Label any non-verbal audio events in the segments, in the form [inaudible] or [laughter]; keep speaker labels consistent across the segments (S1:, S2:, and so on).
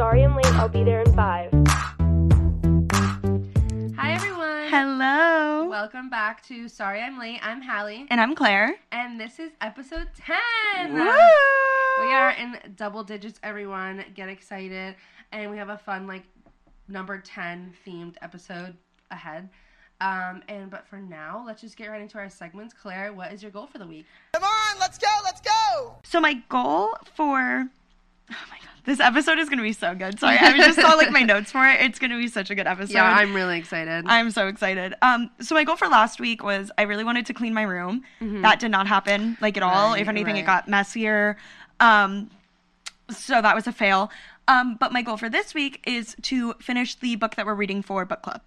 S1: I'll be there in five.
S2: Hi everyone.
S3: Hello.
S2: Welcome back to Sorry I'm Late. I'm Hallie,
S3: and I'm Claire.
S2: and this is episode 10.
S3: Woo!
S2: We are in double digits, everyone. Get excited. And we have a fun, like, number 10 themed episode ahead. Um, and but for now, let's just get right into our segments. Claire, what is your goal for the week?
S4: Come on, let's go, let's go.
S3: So my goal for oh my god, this episode is gonna be so good. Sorry, I just saw
S2: [laughs]
S3: like my notes for it. It's gonna be such a good episode.
S2: really excited.
S3: I'm so excited. Um, so my goal for last week was I really wanted to clean my room. That did not happen like at all.
S2: Mm-hmm. Right,
S3: if anything,
S2: right.
S3: it got messier. Um, so that was a fail. Um, but my goal for this week is to finish the book that we're reading for book club.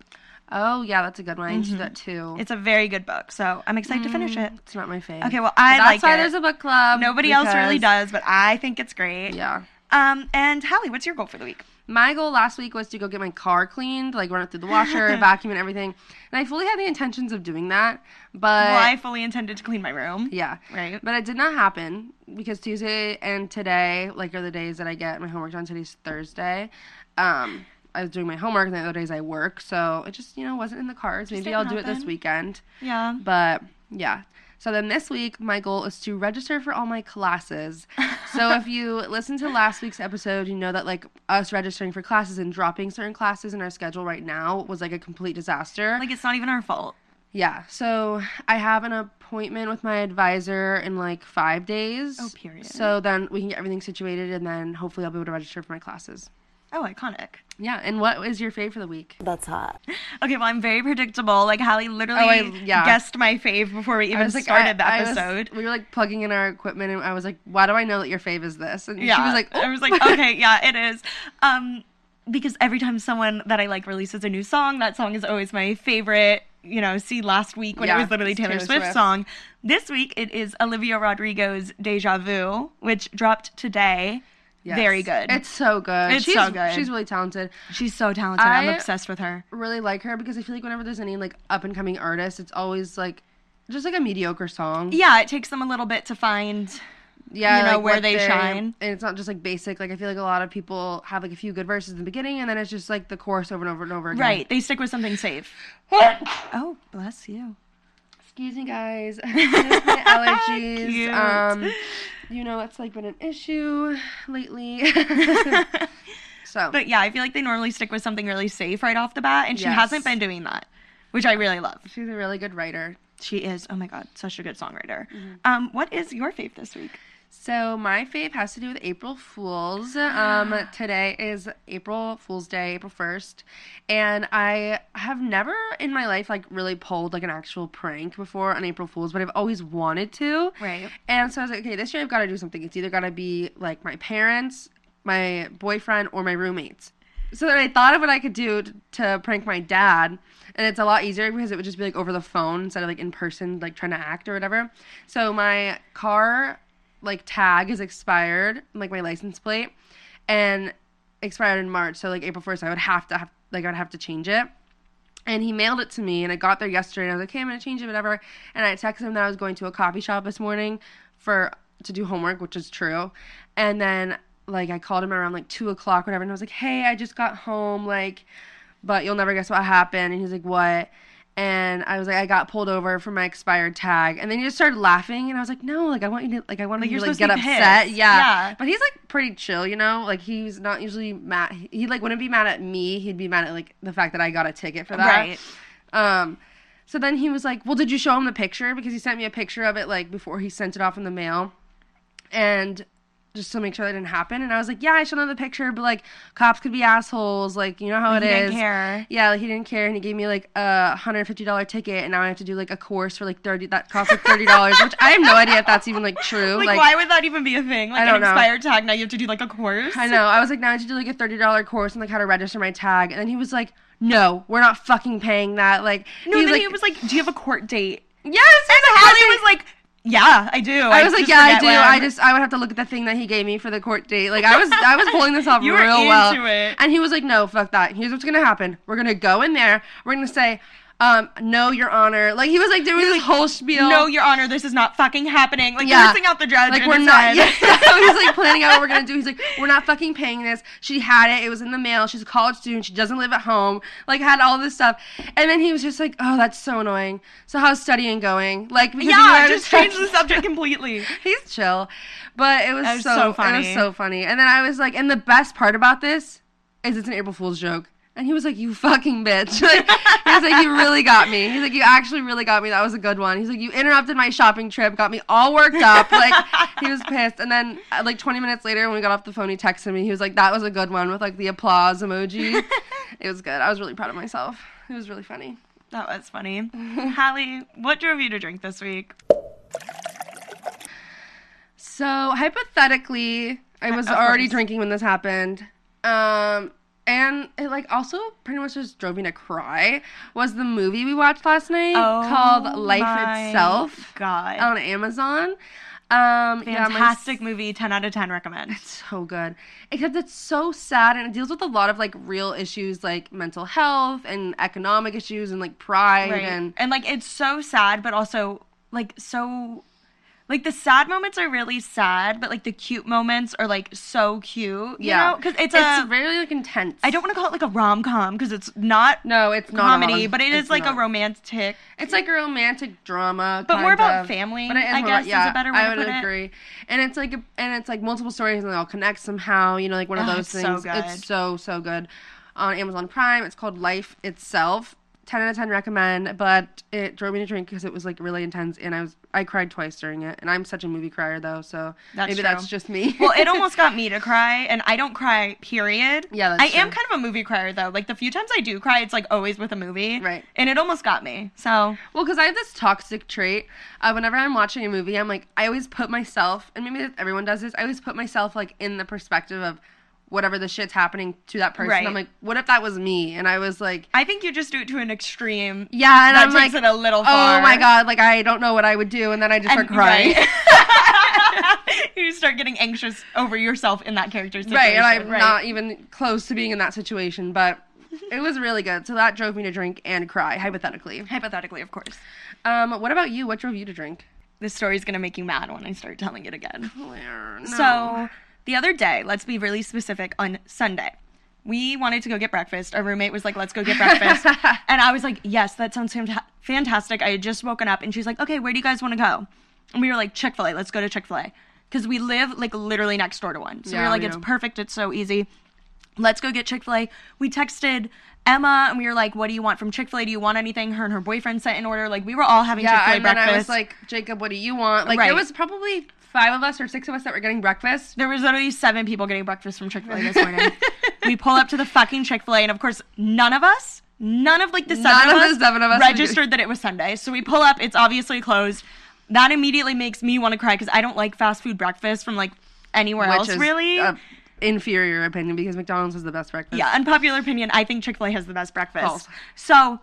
S2: oh, yeah, that's a good one. I need to do that too.
S3: Mm-hmm. It's a very good book, so I'm excited to finish it.
S2: It's not my favorite.
S3: Okay, well, I
S2: that's
S3: like
S2: why
S3: it.
S2: there's a book club.
S3: Nobody else really
S2: because-
S3: does, but I think it's great.
S2: Yeah.
S3: Um, and Hallie, what's your goal for the week?
S2: My goal last week was to go get my car cleaned, like run it through the
S3: [laughs]
S2: washer, vacuum, and everything. And I fully had the intentions of doing that, but
S3: well, I fully intended to clean my room.
S2: Uh, yeah,
S3: Right.
S2: But it did not happen because Tuesday and today, like, are the days that I get my homework done. Today's Thursday. Um, I was doing my homework, and the other days I work, so it just you know wasn't in the cards. Maybe
S3: didn't
S2: I'll do it this
S3: happen.
S2: weekend.
S3: Yeah.
S2: But yeah. So then this week, my goal is to register for all my
S3: [laughs]
S2: classes. so if you listen to last week's episode, you know that like us registering for classes and dropping certain classes in our schedule right now was like a complete disaster.
S3: Like it's not even our fault.
S2: yeah. So I have an appointment with my advisor in like five days.
S3: Oh, period.
S2: So then we can get everything situated and then hopefully I'll be able to register for my classes.
S3: Oh, iconic.
S2: Yeah. And what is your fave for the week?
S1: That's hot.
S3: Okay, well, I'm very predictable. Like Hallie literally
S2: Oh, I- yeah.
S3: guessed my fave before we even started the
S2: I- I was-
S3: episode.
S2: we were like plugging in our equipment, and I was like, "Why do I know that your fave is this?" And
S3: yeah.
S2: she was like, "Oh."
S3: I was like,
S2: [laughs]
S3: okay, yeah, it is. Um, because every time someone that I like releases a new song, that song is always my favorite. You know, see last week when
S2: Yeah,
S3: it was literally
S2: it's
S3: Taylor,
S2: Taylor
S3: Swift's
S2: Swift.
S3: song. This week it is Olivia Rodrigo's "Deja Vu," which dropped today.
S2: Yes.
S3: Very good.
S2: It's so good.
S3: It's
S2: she's,
S3: so good.
S2: She's really talented.
S3: She's so talented. I,
S2: I-
S3: am obsessed with her.
S2: Really like her because I feel like whenever there's any like up and coming artist, it's always like just like a mediocre song.
S3: Yeah, it takes them a little bit to find.
S2: Yeah,
S3: you know,
S2: like,
S3: where
S2: what
S3: they shine.
S2: And it's not just like basic. Like I feel like a lot of people have like a few good verses in the beginning, and then it's just like the chorus over and over and over again.
S3: Right, they stick with something
S2: [laughs]
S3: safe. oh, bless you.
S2: Excuse me, guys. [laughs] There's my allergies.
S3: [laughs] Cute.
S2: Um, you know, it's like been an issue lately. [laughs]
S3: [laughs]
S2: so
S3: But yeah, I feel like they normally stick with something really safe right off the bat, and she
S2: Yes.
S3: hasn't been doing that, which I really love.
S2: she's a really good writer.
S3: She is, oh my god, such a good songwriter.
S2: Mm-hmm.
S3: Um, what is your fave this week?
S2: So my fave has to do with April Fools. Um, today is April Fool's Day, April first, and I have never in my life like really pulled like an actual prank before on April Fools, but I've always wanted to.
S3: Right.
S2: And so I was like, okay, this year I've got to do something. It's either got to be like my parents, my boyfriend, or my roommates. So then I thought of what I could do t- to prank my dad, and it's a lot easier because it would just be like over the phone instead of like in person, like trying to act or whatever. So my car, like tag is expired, like my license plate, and expired in March. So like April first, I would have to have like I would have to change it. And he mailed it to me, and I got there yesterday, and I was like, "Hey, I'm gonna change it, whatever." And I texted him that I was going to a coffee shop this morning for to do homework, which is true. And then like I called him around like two o'clock, whatever, and I was like, "Hey, I just got home, like, but you'll never guess what happened." And he's like, "What?" And I was like, "I got pulled over for my expired tag." And then he just started laughing, and I was like, "No, like I want you to like I want
S3: Like,
S2: you
S3: you're
S2: to like
S3: supposed to
S2: get
S3: be
S2: upset,
S3: pissed.
S2: yeah."
S3: Yeah.
S2: But he's like pretty chill, you know. Like he's not usually mad. He like wouldn't be mad at me. He'd be mad at like the fact that I got a ticket for that.
S3: Right.
S2: Um, so then he was like, "Well, did you show him the picture? Because he sent me a picture of it like before he sent it off in the mail, and just to make sure that didn't happen." And I was like, "Yeah, I showed him the picture, but like cops could be assholes. Like you know how it
S3: He
S2: is."
S3: didn't care.
S2: Yeah, like, he didn't care, and he gave me like a hundred fifty dollar ticket, and now I have to do like a course for like thirty that costs like thirty dollars, which I have no idea if that's even like true.
S3: [laughs] Like, why would that even be a thing? Like
S2: I don't
S3: an
S2: know.
S3: expired tag, now you have to do like a course.
S2: I know. I was like, now I have to do like a thirty dollar course and like how to register my tag. And then he was like, No, we're not fucking paying that. Like
S3: No,
S2: he's
S3: then
S2: like,
S3: he was like, "Do you have a court date?"
S2: Yes, he's
S3: And
S2: a happy-
S3: Hallie was like, "Yeah, I do."
S2: I was like,
S3: just
S2: Yeah, I
S3: forget
S2: do.
S3: when."
S2: I just I would have to look at the thing that he gave me for the court date. Like I was I was pulling this off
S3: [laughs] You were
S2: real well.
S3: into it.
S2: And he was like, No, fuck that. Here's what's gonna happen. We're gonna go in there, we're gonna say um, no, Your Honor. Like he was like doing this whole spiel.
S3: No, Your Honor, this is not fucking happening. Like
S2: Yeah.
S3: cursing out the judge.
S2: like
S3: and
S2: we're
S3: his
S2: not.
S3: son.
S2: Yeah, [laughs]
S3: [laughs]
S2: he's like planning out what we're gonna do. He's like, we're not fucking paying this. She had it. It was in the mail. She's a college student. She doesn't live at home. Like had all this stuff, and then he was just like, oh, that's so annoying. So how's studying going? Like because he knew I
S3: yeah,
S2: was
S3: just change
S2: texting-
S3: the subject completely.
S2: He's chill, but it was,
S3: That was
S2: so,
S3: so
S2: funny. It was
S3: funny.
S2: so funny. And then I was like, and the best part about this is it's an April Fool's joke. And he was like, "You fucking bitch!" [laughs] Like, he was like, "You really got me." He's like, "You actually really got me. That was a good one." He's like, "You interrupted my shopping trip, got me all worked up." Like he was pissed. And then, uh, like 20 minutes later, when we got off the phone, he texted me. He was like, "That was a good one," with like the applause
S3: [laughs]
S2: emoji. it was good. I was really proud of myself. It was really funny.
S3: That was funny. [laughs] Hallie, what drove you to drink this week?
S2: So hypothetically, I was
S3: of
S2: already
S3: course.
S2: drinking when this happened. Um and it like also pretty much just drove me to cry was the movie we watched last night called Life
S3: Oh my
S2: Itself
S3: God.
S2: on Amazon. Um yeah, my
S3: Fantastic movie. 10 out of 10 recommend.
S2: so good. Except it's so sad and it deals with a lot of like real issues like mental health and economic issues and like pride and
S3: and like it's so sad, but also like so like the sad moments are really sad, but like the cute moments are like so cute. You
S2: yeah,
S3: Because it's,
S2: it's
S3: a.
S2: really like intense.
S3: I don't want to call it like a rom com because it's not
S2: No, it's not a
S3: comedy,
S2: rom-
S3: but it is
S2: it's
S3: like
S2: not.
S3: a romantic.
S2: It's like a romantic drama,
S3: But more
S2: kind
S3: about
S2: of.
S3: family,
S2: But it is
S3: I
S2: more
S3: guess,
S2: about-
S3: is a
S2: yeah,
S3: better way
S2: I
S3: to
S2: would
S3: put it.
S2: agree. And it's like a, and it's like multiple stories and they all connect somehow. You know, like one of
S3: Ugh,
S2: those
S3: it's so
S2: things. It's
S3: good.
S2: so so good on Amazon Prime. It's called Life Itself. Ten out of ten recommend. But it drove me to drink because it was like really intense, and I was I cried twice during it. And I'm such a movie crier though, so
S3: That's
S2: maybe
S3: true.
S2: that's just me.
S3: well,
S2: [laughs]
S3: it almost got me to cry, and I don't cry, period.
S2: Yeah, that's
S3: I am
S2: true.
S3: kind of a movie crier, though. Like, the few times I do cry, it's like always with a movie.
S2: Right.
S3: And it almost got me. So,
S2: Well, because I have this toxic trait. Uh, whenever I'm watching a movie, I'm like, I always put myself, and maybe everyone does this. I always put myself like in the perspective of whatever the shit's happening to that person.
S3: Right.
S2: I'm like, what if that was me? And I was like,
S3: I think you just do it to an extreme.
S2: yeah, and
S3: that
S2: I'm
S3: takes
S2: like,
S3: it a little far.
S2: oh my god, like I don't know what I would do, and then I just
S3: And,
S2: start crying. [laughs]
S3: [laughs]
S2: Right,
S3: right. [laughs] you start getting anxious over yourself in that character's situation.
S2: and I'm not even close to being in that situation, but. It was really good. So that drove me to drink and cry, hypothetically.
S3: Hypothetically, of course.
S2: Um, what about you? What drove you to drink?
S3: This story's going to make you mad when I start telling it again.
S2: No. Oh.
S3: So the other day, let's be really specific on Sunday. We wanted to go get breakfast. Our roommate was like, let's go get
S2: [laughs]
S3: breakfast. and I was like, yes, that sounds fanta- fantastic. I had just woken up and she's like, okay, where do you guys want to go? And we were like, Chick fil A, let's go to Chick fil A. Because we live like literally next door to one. So we
S2: Yeah,
S3: were like,
S2: we
S3: it's
S2: do.
S3: perfect. It's so easy. Let's go get Chick fil A. We texted Emma and we were like, what do you want from Chick fil A? Do you want anything? Her and her boyfriend sent an order. Like, we were all having Chick
S2: Yeah,
S3: fil A
S2: and then
S3: breakfast.
S2: I was like, Jacob, what do you want? Like, there
S3: Right.
S2: was probably five of us or six of us that were getting breakfast.
S3: There was literally seven people getting breakfast from Chick
S2: [laughs]
S3: Fil [laughs] A this morning. we pull up to the fucking Chick Fil A, and of course, none of us, none of like the seven,
S2: None
S3: of,
S2: of
S3: us
S2: the seven of us
S3: registered that it was Sunday. So we pull up; it's obviously closed. That immediately makes me want to cry because I don't like fast food breakfast from like anywhere else, really.
S2: a inferior opinion because McDonald's is the best breakfast.
S3: yeah, unpopular opinion. I think Chick Fil A has the best breakfast.
S2: False.
S3: So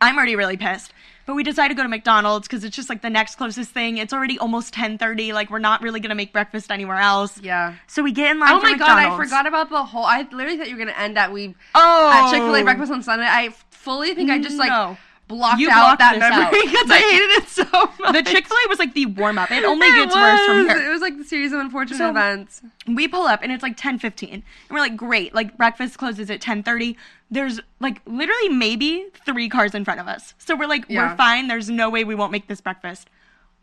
S3: I'm already really pissed. But we decided to go to McDonald's because it's just like the next closest thing. It's already almost 10:30. Like we're not really gonna make breakfast anywhere else.
S2: Yeah.
S3: So we get in line.
S2: Oh
S3: for
S2: my god, I
S3: McDonald's.
S2: forgot about the whole. I literally thought you were gonna end at we
S3: Oh,
S2: at Chick Fil A breakfast on Sunday. I fully think I just like
S3: No.
S2: blocked
S3: You
S2: out
S3: blocked
S2: that
S3: this
S2: memory
S3: [laughs] out.
S2: because I hated it [laughs] so much.
S3: The Chick Fil A was like the warm up. It only
S2: It
S3: gets worse from
S2: was.
S3: here.
S2: It was like the series of unfortunate
S3: So-
S2: events.
S3: We pull up and it's like ten fifteen, and we're like, great. Like breakfast closes at ten thirty. There's like literally maybe three cars in front of us, so we're like,
S2: Yeah.
S3: we're fine. There's no way we won't make this breakfast.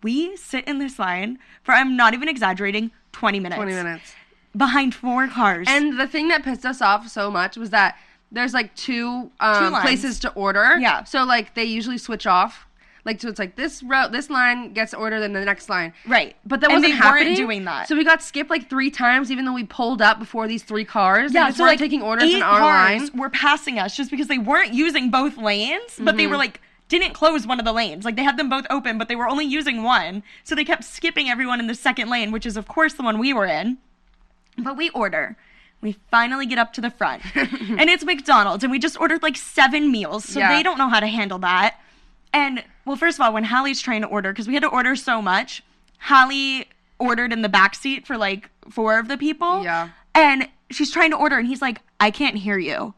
S3: We sit in this line for I'm not even exaggerating, twenty minutes.
S2: Twenty minutes.
S3: behind four cars.
S2: And the thing that pissed us off so much was that there's like two,
S3: Two
S2: um,
S3: lines.
S2: places to order.
S3: Yeah.
S2: So like they usually switch off. Like so it's like this row, this line gets ordered, then the next line.
S3: Right.
S2: But that
S3: And
S2: wasn't
S3: they weren't
S2: happening.
S3: doing that.
S2: So we got skipped like three times, even though we pulled up before these three cars. Yeah. So like taking orders
S3: eight
S2: in our
S3: cars
S2: line.
S3: were passing us just because they weren't using both lanes, but
S2: Mm-hmm.
S3: they were like didn't close one of the lanes. Like they had them both open, but they were only using one, so they kept skipping everyone in the second lane, which is of course the one we were in. But we order. We finally get up to
S2: [laughs]
S3: the front, and it's McDonald's, and we just ordered like seven meals, so
S2: Yeah.
S3: they don't know how to handle that. And well, first of all, when Hallie's trying to order, because we had to order so much, Hallie ordered in the back seat for like four of the people.
S2: Yeah.
S3: And she's trying to order, and he's like, I can't hear you.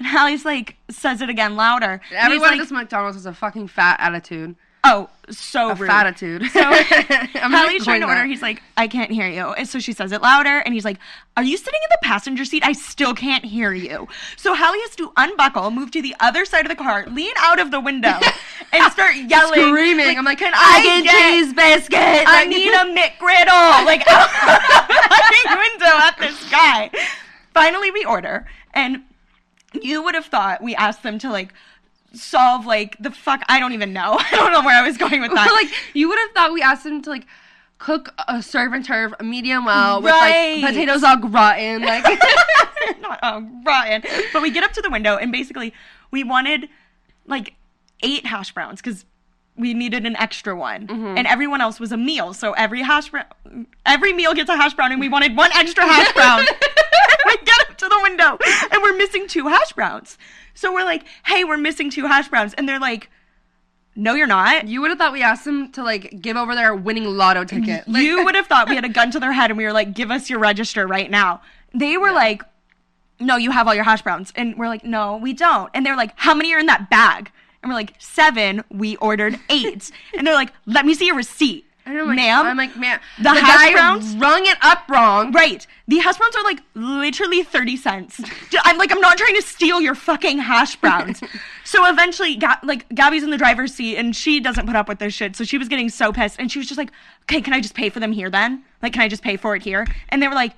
S3: And Hallie's like, says it again louder. And he's
S2: Everyone
S3: like,
S2: at this McDonald's has a fucking fat attitude.
S3: oh, so
S2: A
S3: rude.
S2: fat attitude. [laughs]
S3: So [laughs]
S2: I'm not
S3: Hallie's trying
S2: going
S3: to order.
S2: there.
S3: He's like, I can't hear you. And so she says it louder, and he's like, Are you sitting in the passenger seat? I still can't hear you. So Hallie has to unbuckle, move to the other side of the car, lean out of the window,
S2: [laughs]
S3: and start yelling,
S2: Screaming. I'm like,
S3: Can
S2: I
S3: I,
S2: get
S3: get
S2: cheese biscuit.
S3: I need a McGriddle. Like [laughs] out the window at this guy. Finally, we order, and you would have thought we asked them to like solve like the fuck. I don't even know. [laughs] I don't know where I was going with that.
S2: like you would have thought we asked him to like cook a serve and turf medium well with
S3: Right.
S2: like potatoes all rotten. Like [laughs]
S3: [laughs] not oh, rotten. But we get up to the window, and basically, we wanted like eight hash browns because we needed an extra one, and everyone else was a meal. So every hash brown, every meal gets a hash brown, and we wanted one extra hash brown. [laughs] we get up to the window, and we're missing two hash browns. So we're like, "Hey, we're missing two hash browns," and they're like, "No, you're not."
S2: you would have thought we asked him to like give over their winning lotto ticket. Like,
S3: you would have thought we had a gun to their head and we were like, give us your register right now. They were like, no, you have all your hash browns. And we're like, no, we don't. And they're like, how many are in that bag? And we're like, seven. We ordered eight. and they're like, let me see your receipt.
S2: And I'm like,
S3: ma'am.
S2: I'm like, ma'am,
S3: the hash browns-
S2: rung it up wrong.
S3: Right. The hash browns are like literally 30 cents. D- I'm like, I'm not trying to steal your fucking hash browns. so eventually, Ga- like, Gabby's in the driver's seat and she doesn't put up with this shit. So she was getting so pissed and she was just like, okay, can I just pay for them here then? Like, can I just pay for it here? And they were like,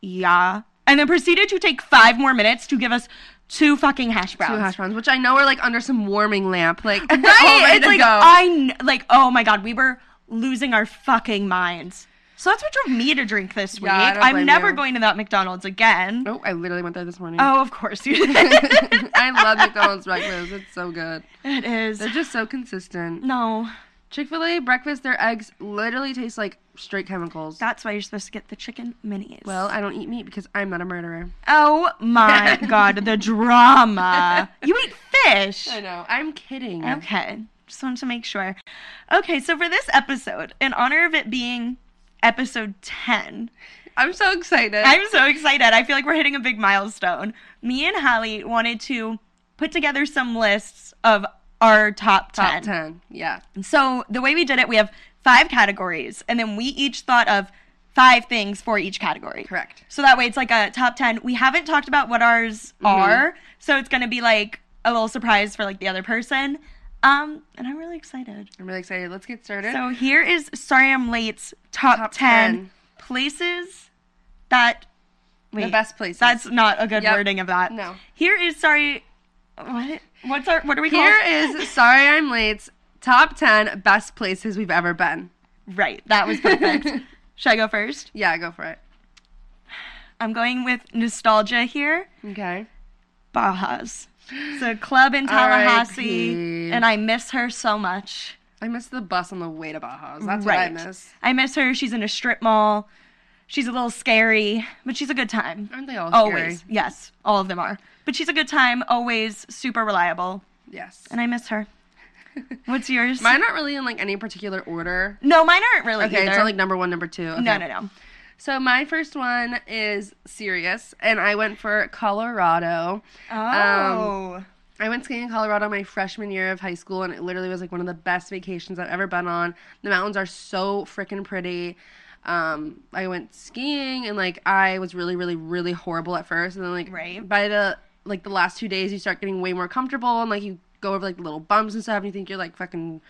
S3: yeah. And then proceeded to take five more minutes to give us two fucking hash browns.
S2: Two hash browns, which I know are like under some warming lamp, like [laughs] all
S3: Right?
S2: ready
S3: it's
S2: to
S3: like,
S2: go.
S3: I kn- like, oh my God, we were losing our fucking minds. So that's what drove me to drink this week.
S2: Yeah, I don't
S3: I'm
S2: blame
S3: never
S2: you.
S3: going to that McDonald's again.
S2: oh, I literally went there this morning.
S3: Oh, of course you did.
S2: [laughs] I love McDonald's breakfast. It's so good.
S3: [laughs] it is.
S2: They're just so consistent.
S3: No,
S2: Chick Fil A breakfast, their eggs literally taste like straight chemicals.
S3: that's why you're supposed to get the chicken minis.
S2: Well, I don't eat meat because I'm not a murderer.
S3: oh
S2: [laughs]
S3: my god, the drama. You eat fish.
S2: know. I'm kidding.
S3: Okay, just wanted to make sure. Okay, so for this episode, in honor of it being episode 10,
S2: I'm so excited.
S3: I'm so excited. I feel like we're hitting a big milestone. Me and Hallie wanted to put together some lists of our top 10.
S2: top 10. Yeah.
S3: So the way we did it, we have five categories, and then we each thought of five things for each category.
S2: Correct.
S3: So that way, it's like a top ten. We haven't talked about what ours are, so it's gonna be like a little surprise for like the other person. Um, and I'm really excited.
S2: I'm really excited. Let's get started.
S3: So here is sorry I'm late's top,
S2: Top
S3: 10,
S2: 10.
S3: places that wait
S2: the best places.
S3: That's not a good
S2: Yep.
S3: wording of that.
S2: No.
S3: Here is sorry. What? What's our? What are we
S2: Here
S3: called?
S2: is Sorry I'm Late's top 10 best places we've ever been.
S3: right. That
S2: [laughs]
S3: was perfect. Should I go first?
S2: Yeah, go for it.
S3: I'm going with nostalgia here.
S2: Okay.
S3: Baja's. It's a club in Tallahassee,
S2: R.I.P..
S3: and I miss her so much.
S2: I missed the bus on the way to Baja's. That's what I miss.
S3: I miss her. She's in a strip mall. She's a little scary, but she's a good time.
S2: Aren't they all
S3: Always.
S2: scary?
S3: Yes, all of them are. But she's a good time, always super reliable,
S2: Yes.
S3: and I miss
S2: [laughs]
S3: her. What's yours?
S2: Mine aren't really in like any particular order.
S3: No, mine aren't really
S2: Okay,
S3: either.
S2: it's not like number one, number two. Okay.
S3: No, no, no.
S2: So my first one is Sirius, and I went for Colorado.
S3: Oh.
S2: I went skiing in Colorado my freshman year of high school, and it literally was like one of the best vacations I've ever been on. The mountains are so freaking pretty. Um, I went skiing, and like I was really, really, really horrible at first, and then like
S3: Right.
S2: by the like the last two days, you start getting way more comfortable, and like you go over like little bumps and stuff, and you think you're like fucking,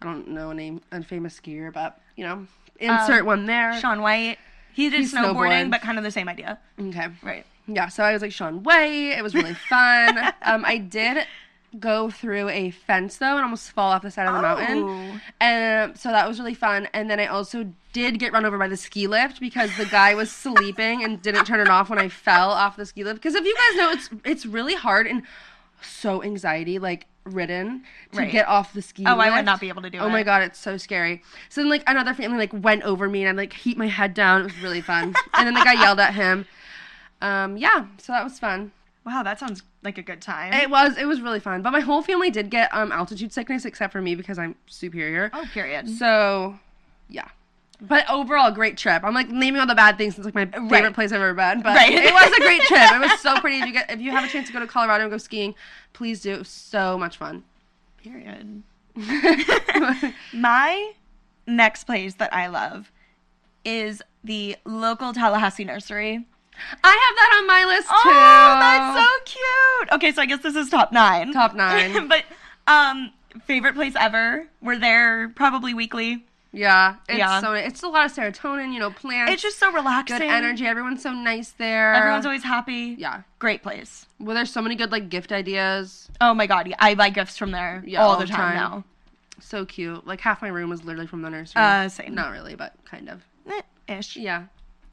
S2: I don't know a name, a famous skier, but you know, insert one there.
S3: Um, Sean White. He did
S2: He
S3: snowboarding,
S2: snowboards.
S3: but kind of the same idea.
S2: okay,
S3: Right.
S2: Yeah, so I was like Sean Way. It was really fun.
S3: [laughs]
S2: um, I did go through a fence though and almost fall off the side of the mountain,
S3: Oh.
S2: and so that was really fun. And then I also did get run over by the ski lift because the guy was sleeping and didn't turn it off when I fell off the ski lift. Because if you guys know, it's it's really hard and so anxiety like ridden to
S3: Right.
S2: get off the ski.
S3: Oh, I
S2: lift.
S3: would not be able to do
S2: Oh my
S3: it.
S2: god, it's so scary. So then like another family like went over me and I like heat my head down. It was really fun. and then the guy yelled at him. Um, yeah, so that was fun.
S3: Wow, that sounds like a good time.
S2: It was it was really fun. But my whole family did get um altitude sickness except for me because I'm superior.
S3: oh, period.
S2: So yeah. But overall, great trip. I'm like naming all the bad things. It's like my favorite
S3: Right.
S2: place I've ever been. But
S3: Right.
S2: it was a
S3: [laughs]
S2: great trip. It was so pretty. If you get if you have a chance to go to Colorado and go skiing, please do. It was so much fun.
S3: Period. My next place that I love is the local Tallahassee nursery.
S2: I have that on my list too.
S3: Oh, that's so cute. Okay, so I guess this is top nine. [laughs]
S2: Top nine.
S3: but um, favorite place ever. We're there probably weekly.
S2: yeah. It's
S3: Yeah.
S2: so it's a lot of serotonin. You know, plants.
S3: It's just so relaxing.
S2: good energy. Everyone's so nice there.
S3: Everyone's always happy.
S2: yeah.
S3: Great place.
S2: Well, there's so many good like gift ideas.
S3: Oh my god, yeah, I buy gifts from there
S2: Yeah,
S3: all,
S2: all
S3: the
S2: the
S3: time,
S2: time. So cute. Like half my room was literally from the nursery.
S3: now. Uh, same.
S2: Not really, but kind of.
S3: Eh, Ish.
S2: Yeah.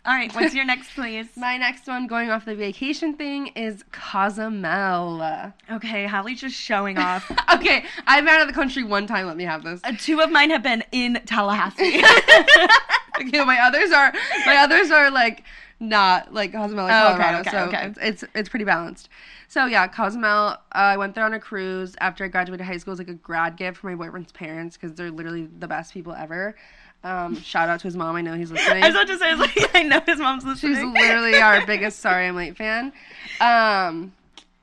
S3: All right, what's your next [laughs] place?
S2: My next one, going off the vacation thing, is
S3: [laughs]
S2: Cozumel.
S3: Okay, Hallie's just [laughs] showing off.
S2: okay, I've been out of the country one time. Let me have this.
S3: Uh, Two of mine have been in [laughs] Tallahassee.
S2: [laughs] Okay, my others are my others are like not like Cozumel, like
S3: Oh, okay,
S2: Colorado.
S3: okay,
S2: so
S3: okay.
S2: It's, it's it's pretty balanced. So yeah, Cozumel. Uh, I went there on a cruise after I graduated high school as like a grad gift for my boyfriend's parents because they're literally the best people ever. Um, shout out to his mom. I know he's
S3: [laughs]
S2: listening.
S3: I was about to say, I was like, I know his mom's
S2: She's
S3: [laughs] listening.
S2: literally our biggest sorry I'm late fan. Um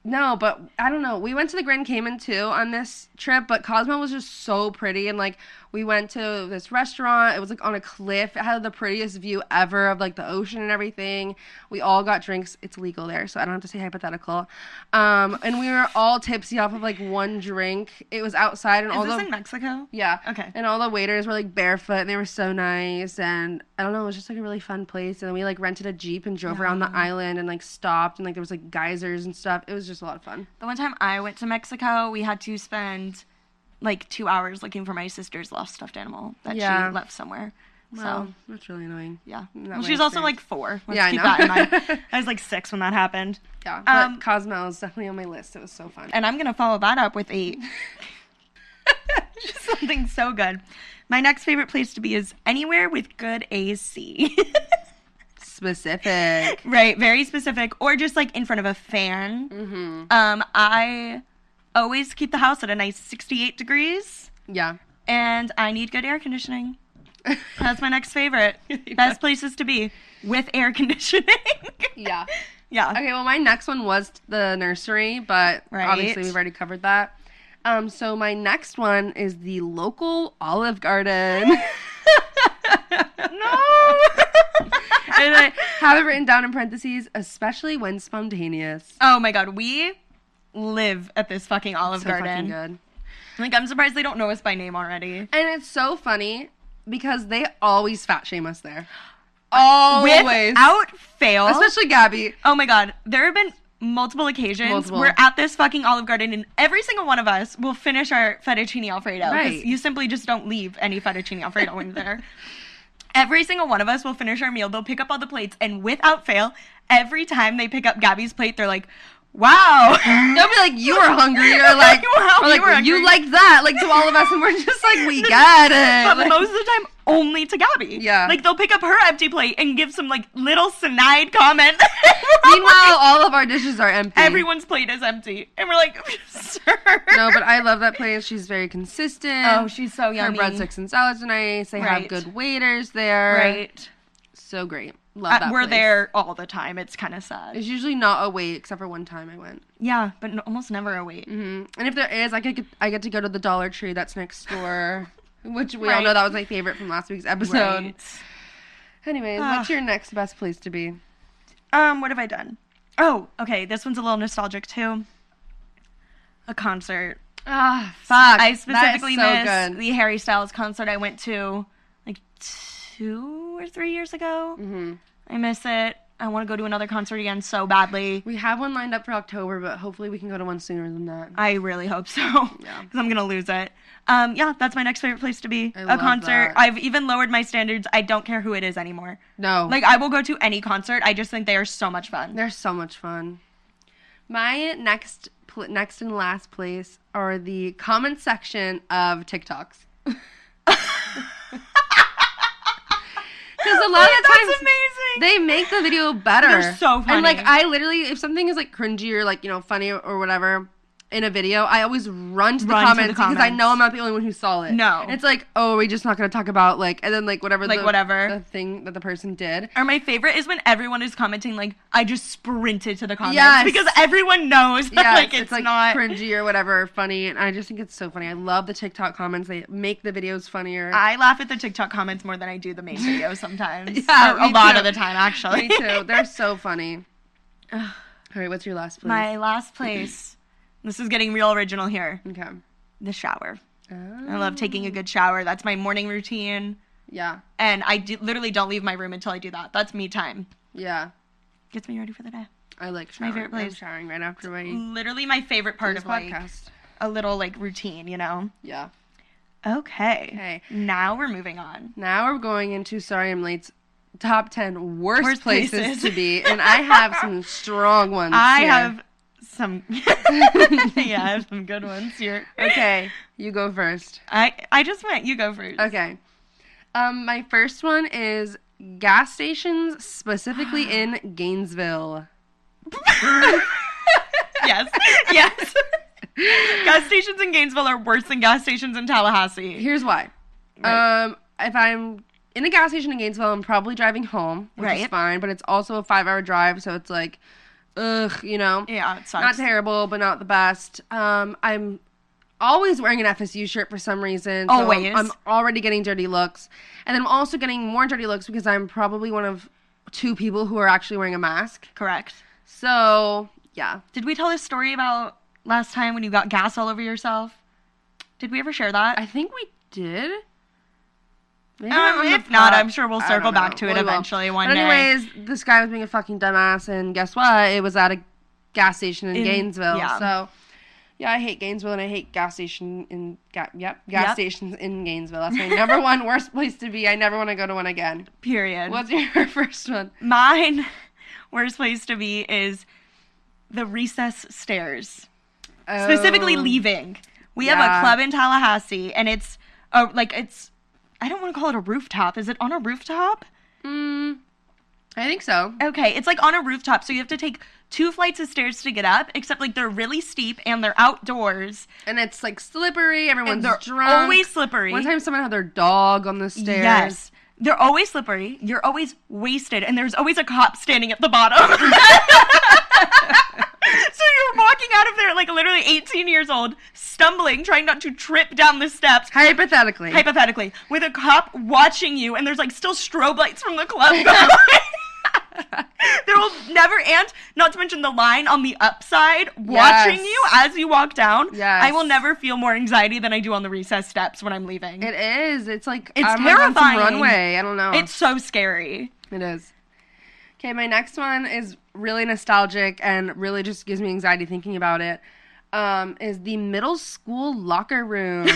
S2: no, but I don't know. We went to the Grand Cayman too on this trip, but Cosmo was just so pretty and like we went to this restaurant. It was like on a cliff. It had the prettiest view ever of like the ocean and everything. We all got drinks. It's legal there, so I don't have to say hypothetical. Um and we were all tipsy off of like one drink. It was outside and all
S3: Is this
S2: the
S3: in Mexico?
S2: yeah.
S3: Okay.
S2: And all the waiters were like barefoot and they were so nice and I don't know, it was just like a really fun place. And then we like rented a Jeep and drove around the island and like stopped and like there was like geysers and stuff. It was just a lot of fun.
S3: The one time I went to Mexico, we had to spend like two hours looking for my sister's lost stuffed animal that
S2: Yeah.
S3: she left somewhere.
S2: Wow.
S3: So
S2: So that's really annoying.
S3: yeah,
S2: Not
S3: well,
S2: my
S3: she's also like
S2: experience.
S3: four. Let's
S2: Yeah, I
S3: keep
S2: know.
S3: that in mind. [laughs] I was like six when that happened,
S2: Yeah. But
S3: Um,
S2: Cozumel is definitely on my list. It was so fun.
S3: and I'm gonna follow that up with eight. [laughs] Just something so good. My next favorite place to be is anywhere with good AC.
S2: Specific.
S3: [laughs] Right, very specific, or just like in front of a fan. Um, I always keep the house at a nice 68 degrees,
S2: [laughs] Yeah.
S3: and I need good air conditioning. That's my next favorite. Best places to be with air conditioning. [laughs]
S2: Yeah.
S3: yeah. [laughs]
S2: Okay, well, my next one was the nursery, but
S3: Right.
S2: obviously we've already covered that. Um, so my next one is the local Olive Garden.
S3: [laughs]
S2: no,
S3: [laughs]
S2: and I have it written down in parentheses, especially when spontaneous.
S3: Oh my god, we live at this fucking Olive
S2: So fucking
S3: Garden.
S2: good,
S3: Like I'm surprised they don't know us by name already.
S2: and it's so funny because they always fat shame us there. Always,
S3: Without fail.
S2: especially Gabby.
S3: Oh my god, there have been multiple occasions
S2: Multiple.
S3: we're at this fucking Olive Garden and every single one of us will finish our fettuccine alfredo 'cause
S2: Right.
S3: you simply just don't leave any fettuccine alfredo in there. [laughs] Every single one of us will finish our meal. They'll pick up all the plates and without fail, every time they pick up Gabby's plate, they're like, "Wow." [laughs]
S2: They'll be like, "You were hungry," or like,
S3: Wow,
S2: or like,
S3: you were
S2: you,
S3: hungry."
S2: like that," like to all of us, and we're just like, "We got
S3: [laughs]
S2: it."
S3: but
S2: Like-
S3: most of the time only to Gabby.
S2: Yeah.
S3: Like they'll pick up her empty plate and give some like little snide comment. [laughs]
S2: Meanwhile, all of our dishes are empty.
S3: everyone's plate is empty. And we're like, [laughs] "Sir."
S2: No, but I love that place. She's very consistent.
S3: Oh, she's so
S2: Her
S3: yummy.
S2: breadsticks and salads are nice. They
S3: Right.
S2: have good waiters there.
S3: Right.
S2: So great.
S3: Uh,
S2: Love that.
S3: we're
S2: place.
S3: there all the time. It's kind of sad.
S2: There's usually not a wait except for one time I went.
S3: Yeah, but n- almost never a wait.
S2: hmm And if there is, I get I get to go to the Dollar Tree that's next
S3: [laughs]
S2: door, which we all
S3: Right.
S2: know that was my favorite from last week's episode. Anyways, what's
S3: Ah.
S2: your next best place to be?
S3: Um, what have I done? Oh, okay. This one's a little nostalgic too. A concert.
S2: Ah, fuck.
S3: I specifically
S2: that is so
S3: missed
S2: good.
S3: the Harry Styles concert I went to like two or three years ago.
S2: Mhm.
S3: I miss it. I want to go to another concert again so badly.
S2: We have one lined up for October, but hopefully we can go to one sooner than that.
S3: I really hope so. [laughs] Because I'm going to lose it. Um, yeah, that's my next favorite place to be.
S2: I
S3: a
S2: love
S3: concert.
S2: that.
S3: I've even lowered my standards. I don't care who it is anymore.
S2: No.
S3: Like, I will go to any concert. I just think they are so much fun.
S2: They're so much fun. My next pl- next and last place are the comment section of TikToks. Because a lot of
S3: That's
S2: times
S3: amazing.
S2: they make the video better.
S3: They're so
S2: And like
S3: funny.
S2: I literally, if something is like cringy or like you know funny or whatever, in a video, I always run to the
S3: Run to the
S2: comments because I
S3: comments.
S2: know I'm not the only one who saw it.
S3: No.
S2: And it's like, oh, we're just not gonna talk about like, and then like whatever,
S3: Like,
S2: the,
S3: whatever.
S2: the thing that the person did.
S3: Or my favorite is when everyone is commenting like, "I just sprinted to the comments
S2: Yes.
S3: because everyone knows that
S2: Yeah,
S3: like
S2: it's, it's, [laughs] like
S3: not."
S2: cringy or whatever, or funny, and I just think it's so funny. I love the TikTok comments; they make the videos funnier.
S3: I laugh at the TikTok comments more than I do the
S2: [laughs]
S3: main videos sometimes.
S2: Yeah,
S3: Or a
S2: me
S3: lot
S2: too.
S3: of the time
S2: [laughs]
S3: actually.
S2: Me
S3: [laughs]
S2: too. They're so funny. [laughs] All right, what's your last please?
S3: My last place. This is getting real original here.
S2: okay.
S3: The shower. I
S2: Oh,
S3: love taking a good shower. That's my morning routine,
S2: yeah,
S3: and I do, literally don't leave my room until I do that. That's me time.
S2: yeah.
S3: Gets me ready for the day.
S2: I like
S3: my
S2: showering.
S3: favorite
S2: I'm
S3: place.
S2: showering right after my
S3: Literally my favorite part
S2: this
S3: of like
S2: podcast.
S3: a little like routine, you know.
S2: Yeah.
S3: Okay.
S2: Okay.
S3: Now we're moving on.
S2: Now we're going into sorry I'm late's top ten worst,
S3: Worst
S2: places,
S3: places.
S2: to be, and I have some
S3: [laughs]
S2: strong ones.
S3: I
S2: here.
S3: have some [laughs] Yeah, I have some good ones here.
S2: [laughs] Okay, you go first.
S3: I I just went. You go first.
S2: Okay. Um, my first one is gas stations,
S3: [gasps]
S2: specifically in Gainesville.
S3: [laughs] yes. Yes. gas stations in Gainesville are worse than gas stations in Tallahassee.
S2: [laughs] Here's why. Um, if I'm in a gas station in Gainesville, I'm probably driving home, which is
S3: Right.
S2: fine. But it's also a five-hour drive, so it's like, ugh, you know.
S3: Yeah, it
S2: not
S3: sucks.
S2: terrible, but not the best. Um, I'm always wearing an FSU shirt for some reason. so I'm-
S3: Always.
S2: I'm, already getting dirty looks, and then I'm also getting more dirty looks because I'm probably one of two people who are actually wearing a mask.
S3: Correct.
S2: So yeah,
S3: Did we tell this story about last time when you got gas all over yourself? Did we ever share that?
S2: I think we did. Maybe
S3: Um,
S2: on the
S3: if not,
S2: pod.
S3: I'm sure we'll
S2: I
S3: circle
S2: don't
S3: back
S2: know.
S3: to
S2: We
S3: it
S2: will.
S3: eventually one
S2: but
S3: day.
S2: anyways, this guy was being a fucking dumbass, and guess what? It was at a gas station in,
S3: In-
S2: Gainesville.
S3: yeah.
S2: So, yeah, I hate Gainesville, and I hate gas station in ga- yep gas
S3: Yep.
S2: stations in Gainesville. That's my
S3: [laughs]
S2: number one worst place to be. I never want to go to one again.
S3: Period.
S2: What's your [laughs] first one?
S3: Mine [laughs] worst place to be is the recess stairs. Specifically
S2: Oh,
S3: leaving. We
S2: Yeah.
S3: have a club in Tallahassee and it's oh like it's I don't want to call it a rooftop. Is it on a rooftop?
S2: Mm, I think so.
S3: Okay, it's like on a rooftop, so you have to take two flights of stairs to get up, except like they're really steep and they're outdoors.
S2: And it's like slippery. Everyone's
S3: they're
S2: drunk.
S3: always slippery.
S2: One time, someone had their dog on the stairs.
S3: Yes. They're always slippery. You're always wasted, and there's always a cop standing at the bottom. [laughs] so you're walking out of there like literally 18 years old, stumbling, trying not to trip down the steps.
S2: Hypothetically.
S3: [laughs] Hypothetically, with a cop watching you, and there's like still strobe lights from
S2: [laughs]
S3: the club. going. [laughs] there will never end. Not to mention the line on the upside watching
S2: Yes.
S3: you as you walk down.
S2: Yes.
S3: I will never feel more anxiety than I do on the recess steps when I'm leaving.
S2: It is. It's like
S3: It's
S2: I'm like on some
S3: terrifying.
S2: runway. I don't know.
S3: It's so scary.
S2: it is. Okay, my next one is really nostalgic and really just gives me anxiety thinking about it. Um, is the middle school locker room?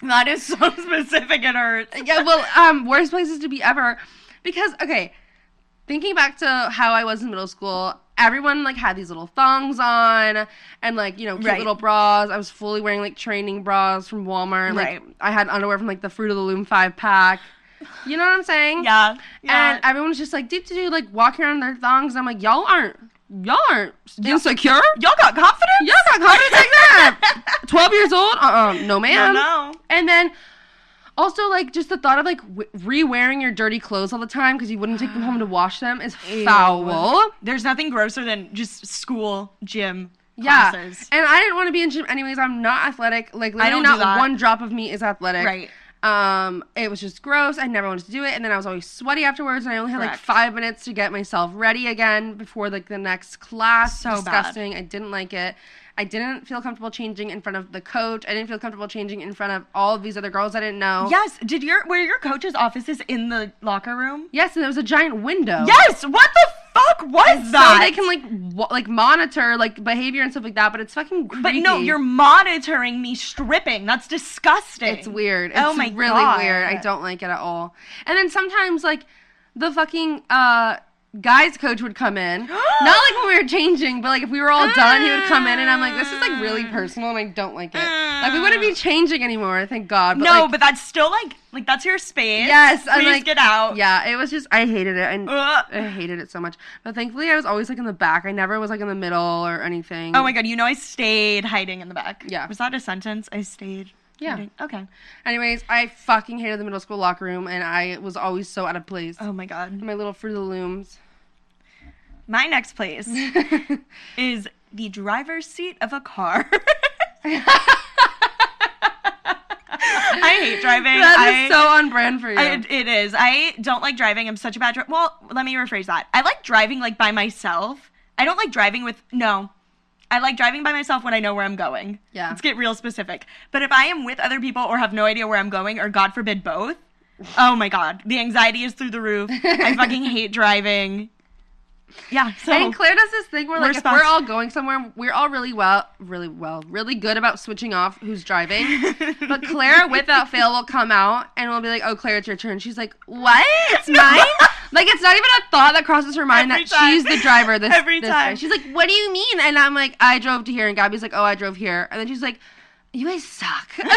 S3: That is so [laughs] specific it hurts.
S2: yeah, well, um, worst places to be ever, because okay, thinking back to how I was in middle school, everyone like had these little thongs on and like you know cute
S3: Right.
S2: little bras. I was fully wearing like training bras from Walmart. Like
S3: Right.
S2: I had underwear from like the Fruit of the Loom five pack. You know what I'm saying?
S3: Yeah. yeah.
S2: And everyone was just like, did do like walking around in their thongs. I'm like, y'all aren't, y'all aren't insecure.
S3: y'all got confidence?
S2: Y'all got confidence like that. [laughs] Twelve years old? Uh, uh no,
S3: No,
S2: ma'am.
S3: no.
S2: And then also like just the thought of like w- re-wearing your dirty clothes all the time because you wouldn't take them home to wash them is foul.
S3: There's nothing grosser than just school gym
S2: Yeah,
S3: classes.
S2: and I didn't want to be in gym anyways. I'm not athletic. Like literally
S3: don't do
S2: not
S3: that.
S2: one drop of me is athletic.
S3: Right.
S2: Um, it was just gross. I never wanted to do it, and then I was always sweaty afterwards, and I only had like
S3: Correct.
S2: five minutes to get myself ready again before like the next class.
S3: So bad.
S2: disgusting. I didn't like it. I didn't feel comfortable changing in front of the coach. I didn't feel comfortable changing in front of all of these other girls I didn't know.
S3: Yes. Did your were your coach's offices in the locker room?
S2: Yes, and there was a giant window.
S3: Yes. What the fuck was that?
S2: So Oh. they can like w- like monitor like behavior and stuff like that, but it's fucking creepy.
S3: But no, you're monitoring me stripping. That's disgusting.
S2: It's weird. It's
S3: Oh my
S2: really
S3: God.
S2: weird. I don't like it at all. And then sometimes like the fucking uh guys coach would come
S3: [gasps]
S2: in. Not like when we were changing, but like if we were all done, he would come in and I'm like, this is like really
S3: Mm.
S2: personal and I don't like it. Like we wouldn't be changing anymore, thank God. But
S3: no,
S2: like,
S3: but that's still like like that's your space.
S2: Yes,
S3: please
S2: I'm like
S3: get out.
S2: Yeah, it was just I hated it and
S3: Ugh.
S2: I hated it so much. But thankfully, I was always like in the back. I never was like in the middle or anything.
S3: Oh my god, you know I stayed hiding in the back.
S2: Yeah.
S3: Was that a sentence? I stayed.
S2: Yeah.
S3: hiding. Okay.
S2: Anyways, I fucking hated the middle school locker room, and I was always so out of place.
S3: Oh my god.
S2: My little Fruit of the
S3: [laughs]
S2: Looms. [laughs]
S3: My next place is the driver's seat of
S2: [laughs]
S3: a car. [laughs] I hate driving.
S2: That is
S3: I-
S2: so on brand for you.
S3: I, it is. I don't like driving. I'm such a bad driver. Well, let me rephrase that. I like driving like by myself. I don't like driving with no. I like driving by myself when I know where I'm going.
S2: Yeah.
S3: Let's get real specific. But if I am with other people or have no idea where I'm going, or God forbid both, oh my God, the anxiety is through the roof.
S2: [laughs]
S3: I fucking hate driving. Yeah. So
S2: And Claire does this thing where, like,
S3: oh. We're
S2: if
S3: spons-
S2: we're all going somewhere, we're all really well, really well, really good about switching off who's driving. but Claire, without fail, will come out and we'll be like, "Oh, Claire, it's your turn." She's like, "What? It's
S3: [laughs]
S2: mine?" like, it's not even a thought that crosses her mind
S3: Every
S2: that
S3: time.
S2: she's the driver. This
S3: Every
S2: this
S3: time.
S2: day. she's like, "What do you mean?" And I'm like, "I drove to here," and Gabby's like, "Oh, I drove here," and then she's like, "You guys suck."
S3: [laughs]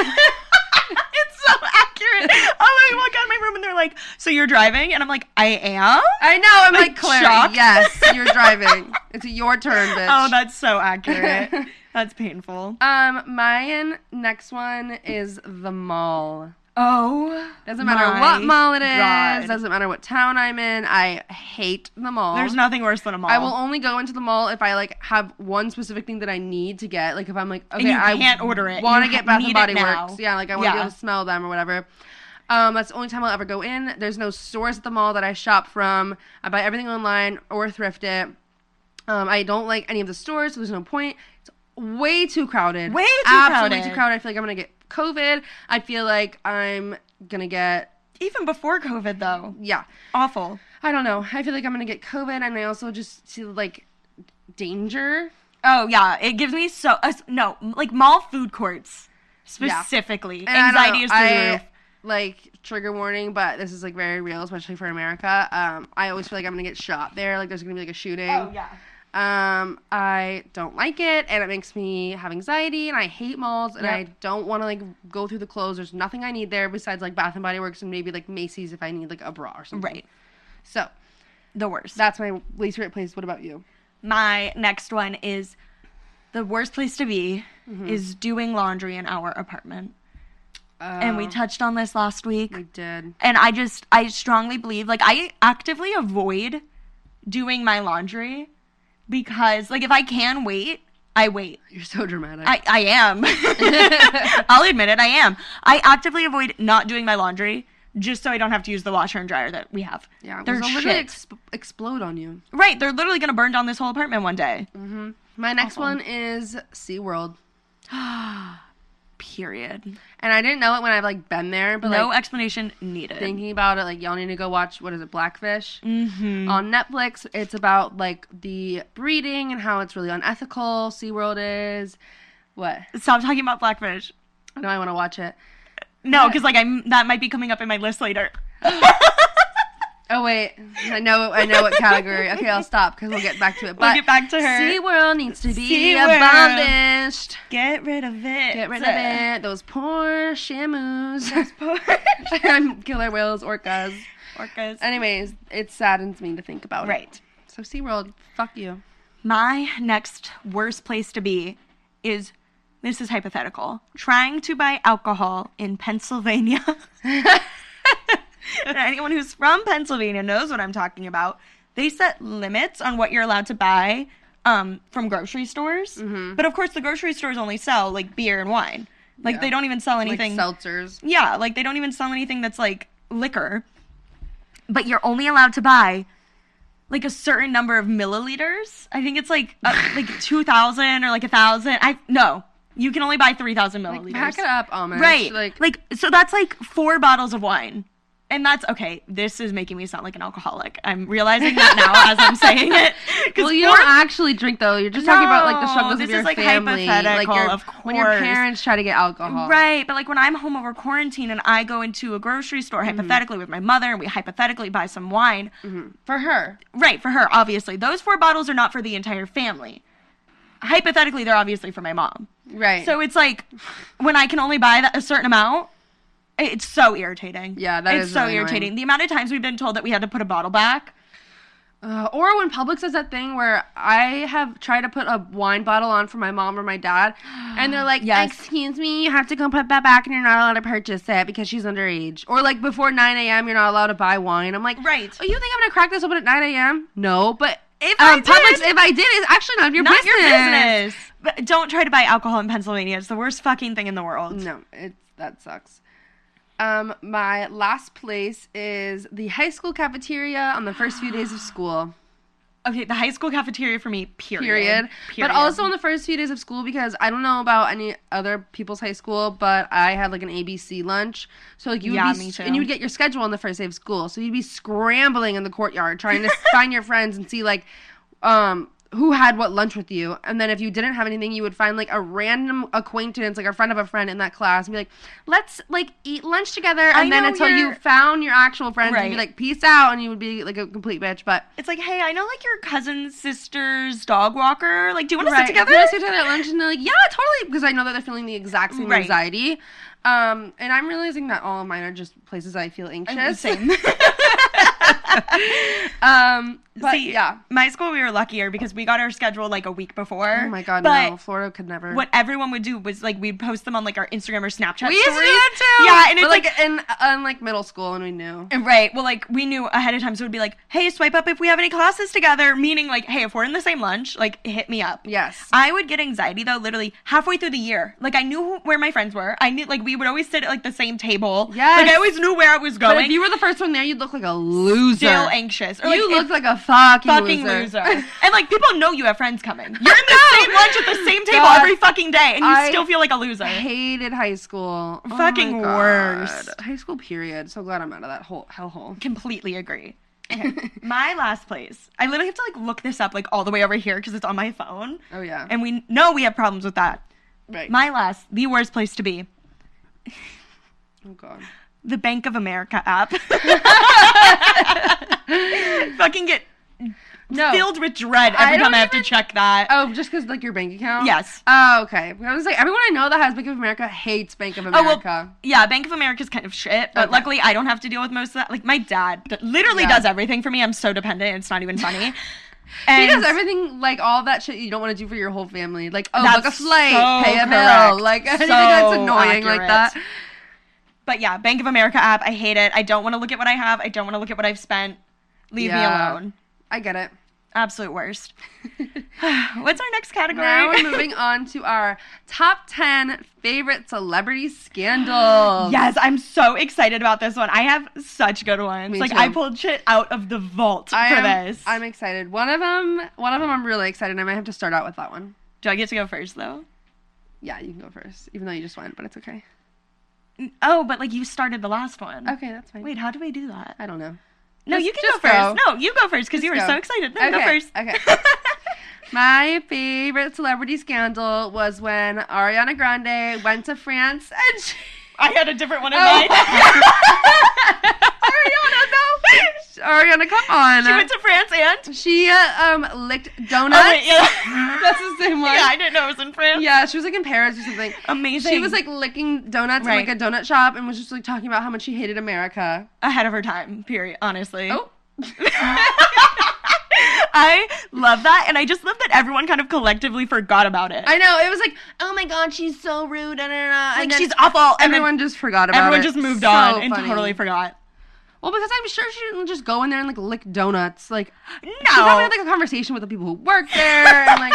S2: [laughs]
S3: it's so accurate. Oh, I like walk out of my room and they're like, "So you're driving?" And I'm like, "I am."
S2: I know. I'm like,
S3: [laughs] Like,
S2: Claire,
S3: shocked.
S2: yes,
S3: [laughs]
S2: you're driving. it's your turn, bitch.
S3: Oh, that's so accurate. [laughs] that's painful.
S2: Um, mine next one is the mall.
S3: Oh,
S2: Doesn't matter
S3: my
S2: what mall it is.
S3: God.
S2: Doesn't matter what town I'm in. I hate the mall.
S3: There's nothing worse than a mall.
S2: I will only go into the mall if I like have one specific thing that I need to get. Like if I'm like, okay,
S3: you
S2: I
S3: can't order it.
S2: Want to
S3: You
S2: get
S3: ha-
S2: Bath
S3: need
S2: and Body
S3: it now.
S2: Works. Yeah, like I want to be
S3: Yeah.
S2: able to smell them or whatever. Um, that's the only time I'll ever go in. There's no stores at the mall that I shop from. I buy everything online or thrift it. Um, I don't like any of the stores, so there's no point. It's way too crowded.
S3: Way too
S2: Absolutely
S3: crowded.
S2: too crowded. I feel like I'm gonna get COVID. I feel like I'm gonna get
S3: Even before COVID, though,
S2: yeah.
S3: awful.
S2: I don't know. I feel like I'm gonna get COVID, and I also just see like danger.
S3: Oh yeah, it gives me so uh, no like mall food courts specifically.
S2: And I don't
S3: Anxiety
S2: know,
S3: is through
S2: I-
S3: the roof.
S2: Like trigger warning, but this is like very real, especially for America. Um, I always feel like I'm gonna get shot there. Like there's gonna be like a shooting.
S3: Oh,
S2: Um, I don't like it, and it makes me have anxiety, and I hate malls, and
S3: Yep.
S2: I don't want to like go through the clothes. There's nothing I need there besides like Bath and Body Works and maybe like Macy's if I need like a bra or something.
S3: right,
S2: So
S3: the worst.
S2: that's my least favorite place. What about you?
S3: My next one is the worst place to be is doing laundry in our apartment,
S2: Uh,
S3: and we touched on this last week.
S2: we did.
S3: and I just I strongly believe like I actively avoid doing my laundry because like if I can wait, I wait.
S2: You're so dramatic.
S3: I, I am. [laughs] I'll admit it, I am. I actively avoid not doing my laundry just so I don't have to use the washer and dryer that we have.
S2: yeah,
S3: they're
S2: they're literally
S3: shit.
S2: ex- explode on you.
S3: right, they're literally gonna burn down this whole apartment one day.
S2: My next one is SeaWorld.
S3: Period.
S2: And I didn't know it when I've like been there, but
S3: no
S2: like
S3: explanation needed.
S2: thinking about it, like y'all need to go watch what is it, Blackfish
S3: Mm-hmm.
S2: on Netflix. It's about like the breeding and how it's really unethical SeaWorld is. What?
S3: Stop talking about blackfish.
S2: No, I want to watch it.
S3: No, because like I'm that might be coming up in my
S2: [laughs]
S3: list later.
S2: Oh wait, I know, I know what category. Okay, I'll stop because we'll get back to it. But
S3: We'll get back to her.
S2: SeaWorld needs to be
S3: SeaWorld.
S2: abolished.
S3: Get rid of it.
S2: Get rid of it. Those poor shamus. [laughs]
S3: Poor-
S2: killer whales, orcas.
S3: Orcas.
S2: Anyways, it saddens me to think about it.
S3: [laughs] Right.
S2: So SeaWorld, fuck you.
S3: My next worst place to be is this is hypothetical. Trying to buy alcohol in Pennsylvania. [laughs] Anyone who's from Pennsylvania knows what I'm talking about. They set limits on what you're allowed to buy um, from grocery stores.
S2: Mm-hmm.
S3: But of course, the grocery stores only sell like beer and wine. Like
S2: Yeah.
S3: they don't even sell
S2: Like
S3: anything.
S2: seltzers.
S3: Yeah, like they don't even sell anything that's like liquor. But you're only allowed to buy like a certain number of milliliters. I think it's like
S2: [laughs]
S3: uh, like 2000 or like a 1000. I no. You can only buy 3000 milliliters.
S2: Pack it up, Amish.
S3: Right.
S2: Like,
S3: Like, so that's like four bottles of wine And that's okay. This is making me sound like an alcoholic. I'm realizing that now as I'm saying
S2: [laughs]
S3: it. 'Cause
S2: Well, you
S3: porn-
S2: don't actually drink though. You're just talking about like the
S3: No,
S2: struggles
S3: this
S2: of your
S3: is, like,
S2: family, like
S3: hypothetical,
S2: your,
S3: of
S2: when your
S3: course.
S2: parents try to get alcohol.
S3: Right, but like when I'm home over quarantine and I go into a grocery store
S2: Mm-hmm.
S3: hypothetically with my mother and we hypothetically buy some wine,
S2: for her.
S3: right, for her, obviously, those four bottles are not for the entire family. Hypothetically, they're obviously for my mom.
S2: Right.
S3: So it's like when I can only buy that, a certain amount, i- it's so irritating.
S2: Yeah, that
S3: it's
S2: is
S3: so
S2: really
S3: irritating.
S2: annoying.
S3: The amount of times we've been told that we had to put a bottle back.
S2: Uh, or when Publix does that thing where I have tried to put a wine bottle on for my mom or my dad, and they're like,
S3: Yes.
S2: "Excuse me, you have to go put that back, and you're not allowed to purchase it because she's underage." Or like before 9 a.m., you're not allowed to buy wine. I'm like,
S3: Right.
S2: Oh, you think I'm gonna crack this open at 9 a.m.? No, but
S3: If I
S2: um,
S3: did-
S2: Publix, if I did, it's actually none of your
S3: Not
S2: business.
S3: your business. But don't try to buy alcohol in Pennsylvania. It's the worst fucking thing in the world.
S2: No, it's that sucks. Um, my last place is the high school cafeteria on the first few days of school.
S3: Okay, the high school cafeteria for me, period.
S2: period. But also on the first few days of school because I don't know about any other people's high school, but I had like an ABC lunch. So like you would
S3: Yeah,
S2: be
S3: me too.
S2: and you would get your schedule on the first day of school. So you'd be scrambling in the courtyard
S3: [laughs]
S2: trying to find your friends and see like um who had what lunch with you. And then if you didn't have anything, you would find like a random acquaintance, like a friend of a friend in that class and be like, "Let's like eat lunch together." And
S3: I
S2: then
S3: know
S2: until you
S3: you're-
S2: found your actual friends, you'd be
S3: Right.
S2: like, "Peace out." And you would be like a complete bitch, but
S3: it's like, hey, I know like your cousin's sister's dog walker. Like, do you want to sit
S2: Right.
S3: together?
S2: They sit together at lunch and they're like, yeah, totally, because I know that they're feeling the exact same
S3: Right.
S2: anxiety. Um, and I'm realizing that all of mine are just places I feel anxious.
S3: Same. [laughs]
S2: um, but
S3: See,
S2: yeah.
S3: my school we were luckier because we got our schedule like a week before.
S2: Oh my god,
S3: But
S2: no, Florida could never.
S3: what everyone would do was like we'd post them on like our Instagram or Snapchat.
S2: we used to do
S3: stories.
S2: that too.
S3: Yeah, and it's
S2: But,
S3: like,
S2: in, in like middle school, and we knew.
S3: and right. Well, like we knew ahead of time, so it'd be like, hey, swipe up if we have any classes together. Meaning like, hey, if we're in the same lunch, like hit me up.
S2: Yes.
S3: I would get anxiety though, literally halfway through the year. Like I knew who, where my friends were. I knew like we would always sit at like the same table.
S2: Yes.
S3: Like I always knew where I was
S2: but
S3: going.
S2: if you were the first one there, you'd look like a loser.
S3: still anxious, or like,
S2: you
S3: if-
S2: looked like a fucking,
S3: fucking
S2: [laughs]
S3: loser. and like people know you have friends coming. You're in the same lunch at the same table
S2: God.
S3: every fucking day, and you
S2: I
S3: still feel like a loser.
S2: Hated high school. Oh my
S3: Fucking
S2: God.
S3: worst.
S2: High school period. So glad I'm out of that whole hellhole.
S3: [laughs] Completely agree. my last place. I literally have to like look this up like all the way over here because it's on my phone,
S2: oh yeah.
S3: and we know we have problems with that.
S2: right.
S3: My last, the worst place to be,
S2: Oh god.
S3: the Bank of America
S2: [laughs]
S3: app. [laughs] fucking get
S2: No.
S3: filled with dread every
S2: I
S3: time
S2: don't
S3: I have
S2: even-
S3: to check that.
S2: oh, just because like your bank account.
S3: Yes.
S2: Oh, okay. I was like, everyone I know that has Bank of America hates Bank of
S3: Oh, well,
S2: America.
S3: Yeah, Bank of America's kind of shit, but
S2: Okay.
S3: luckily I don't have to deal with most of that. Like my dad d- literally
S2: Yeah.
S3: does everything for me. I'm so dependent. It's not
S2: [laughs]
S3: even funny.
S2: he
S3: And
S2: does everything like all that shit you don't want to do for your whole family. Like oh,
S3: That's
S2: book a flight,
S3: so
S2: pay a bill,
S3: correct.
S2: like [laughs] anything
S3: So
S2: that's annoying like
S3: accurate.
S2: that.
S3: But yeah, Bank of America app. I hate it. I don't want to look at what I have. I don't want to look at what I've spent. Leave
S2: Yeah.
S3: me alone.
S2: I get
S3: [laughs]
S2: it.
S3: Absolute worst. [sighs] What's our next category?
S2: Now
S3: [laughs]
S2: we're moving on to our top ten favorite celebrity scandals.
S3: Yes, I'm so excited about this one. I have such good ones.
S2: Me
S3: like
S2: too.
S3: I pulled shit out of the vault
S2: I
S3: for
S2: am,
S3: this.
S2: I'm excited. One of them, one of them, I'm really excited. I might have to start out with that one.
S3: Do I get to go first though?
S2: Yeah, you can go first, even though you just went, but it's okay.
S3: Oh, but like you started the last one.
S2: Okay, that's fine.
S3: Mm. Wait, how do we do that?
S2: I don't know.
S3: No,
S2: Just-
S3: you can go
S2: just
S3: first.
S2: go.
S3: No, you go first because you were
S2: go.
S3: so excited. No,
S2: okay,
S3: go first. [laughs]
S2: Okay. My favorite celebrity scandal was when Ariana Grande went to France and she, [laughs]
S3: I had a different one in
S2: Oh.
S3: [laughs] mind.
S2: Ariana, no, [laughs] Ariana, come on.
S3: she went to France and.
S2: She, uh, um licked donuts.
S3: Oh, wait, yeah.
S2: [laughs]
S3: [laughs]
S2: That's the same one.
S3: yeah, I didn't know it was in France.
S2: Yeah, she was like in Paris or something.
S3: Amazing.
S2: She was like licking donuts in
S3: Right.
S2: like a donut shop and was just like talking about how much she hated America.
S3: ahead of her time. Period. Honestly.
S2: Oh,
S3: [laughs] I love that, and I just love that everyone kind of collectively forgot about it.
S2: I know. It was like, oh my god, she's so rude. Da, da, da.
S3: like
S2: and then
S3: she's awful, and
S2: everyone
S3: everyone,
S2: just forgot about
S3: everyone
S2: it.
S3: just moved
S2: So
S3: on and
S2: funny.
S3: totally forgot.
S2: Well, because I'm sure she didn't just go in there and like lick donuts. Like
S3: No,
S2: she probably had like a conversation with the people who work there. and
S3: [laughs]
S2: like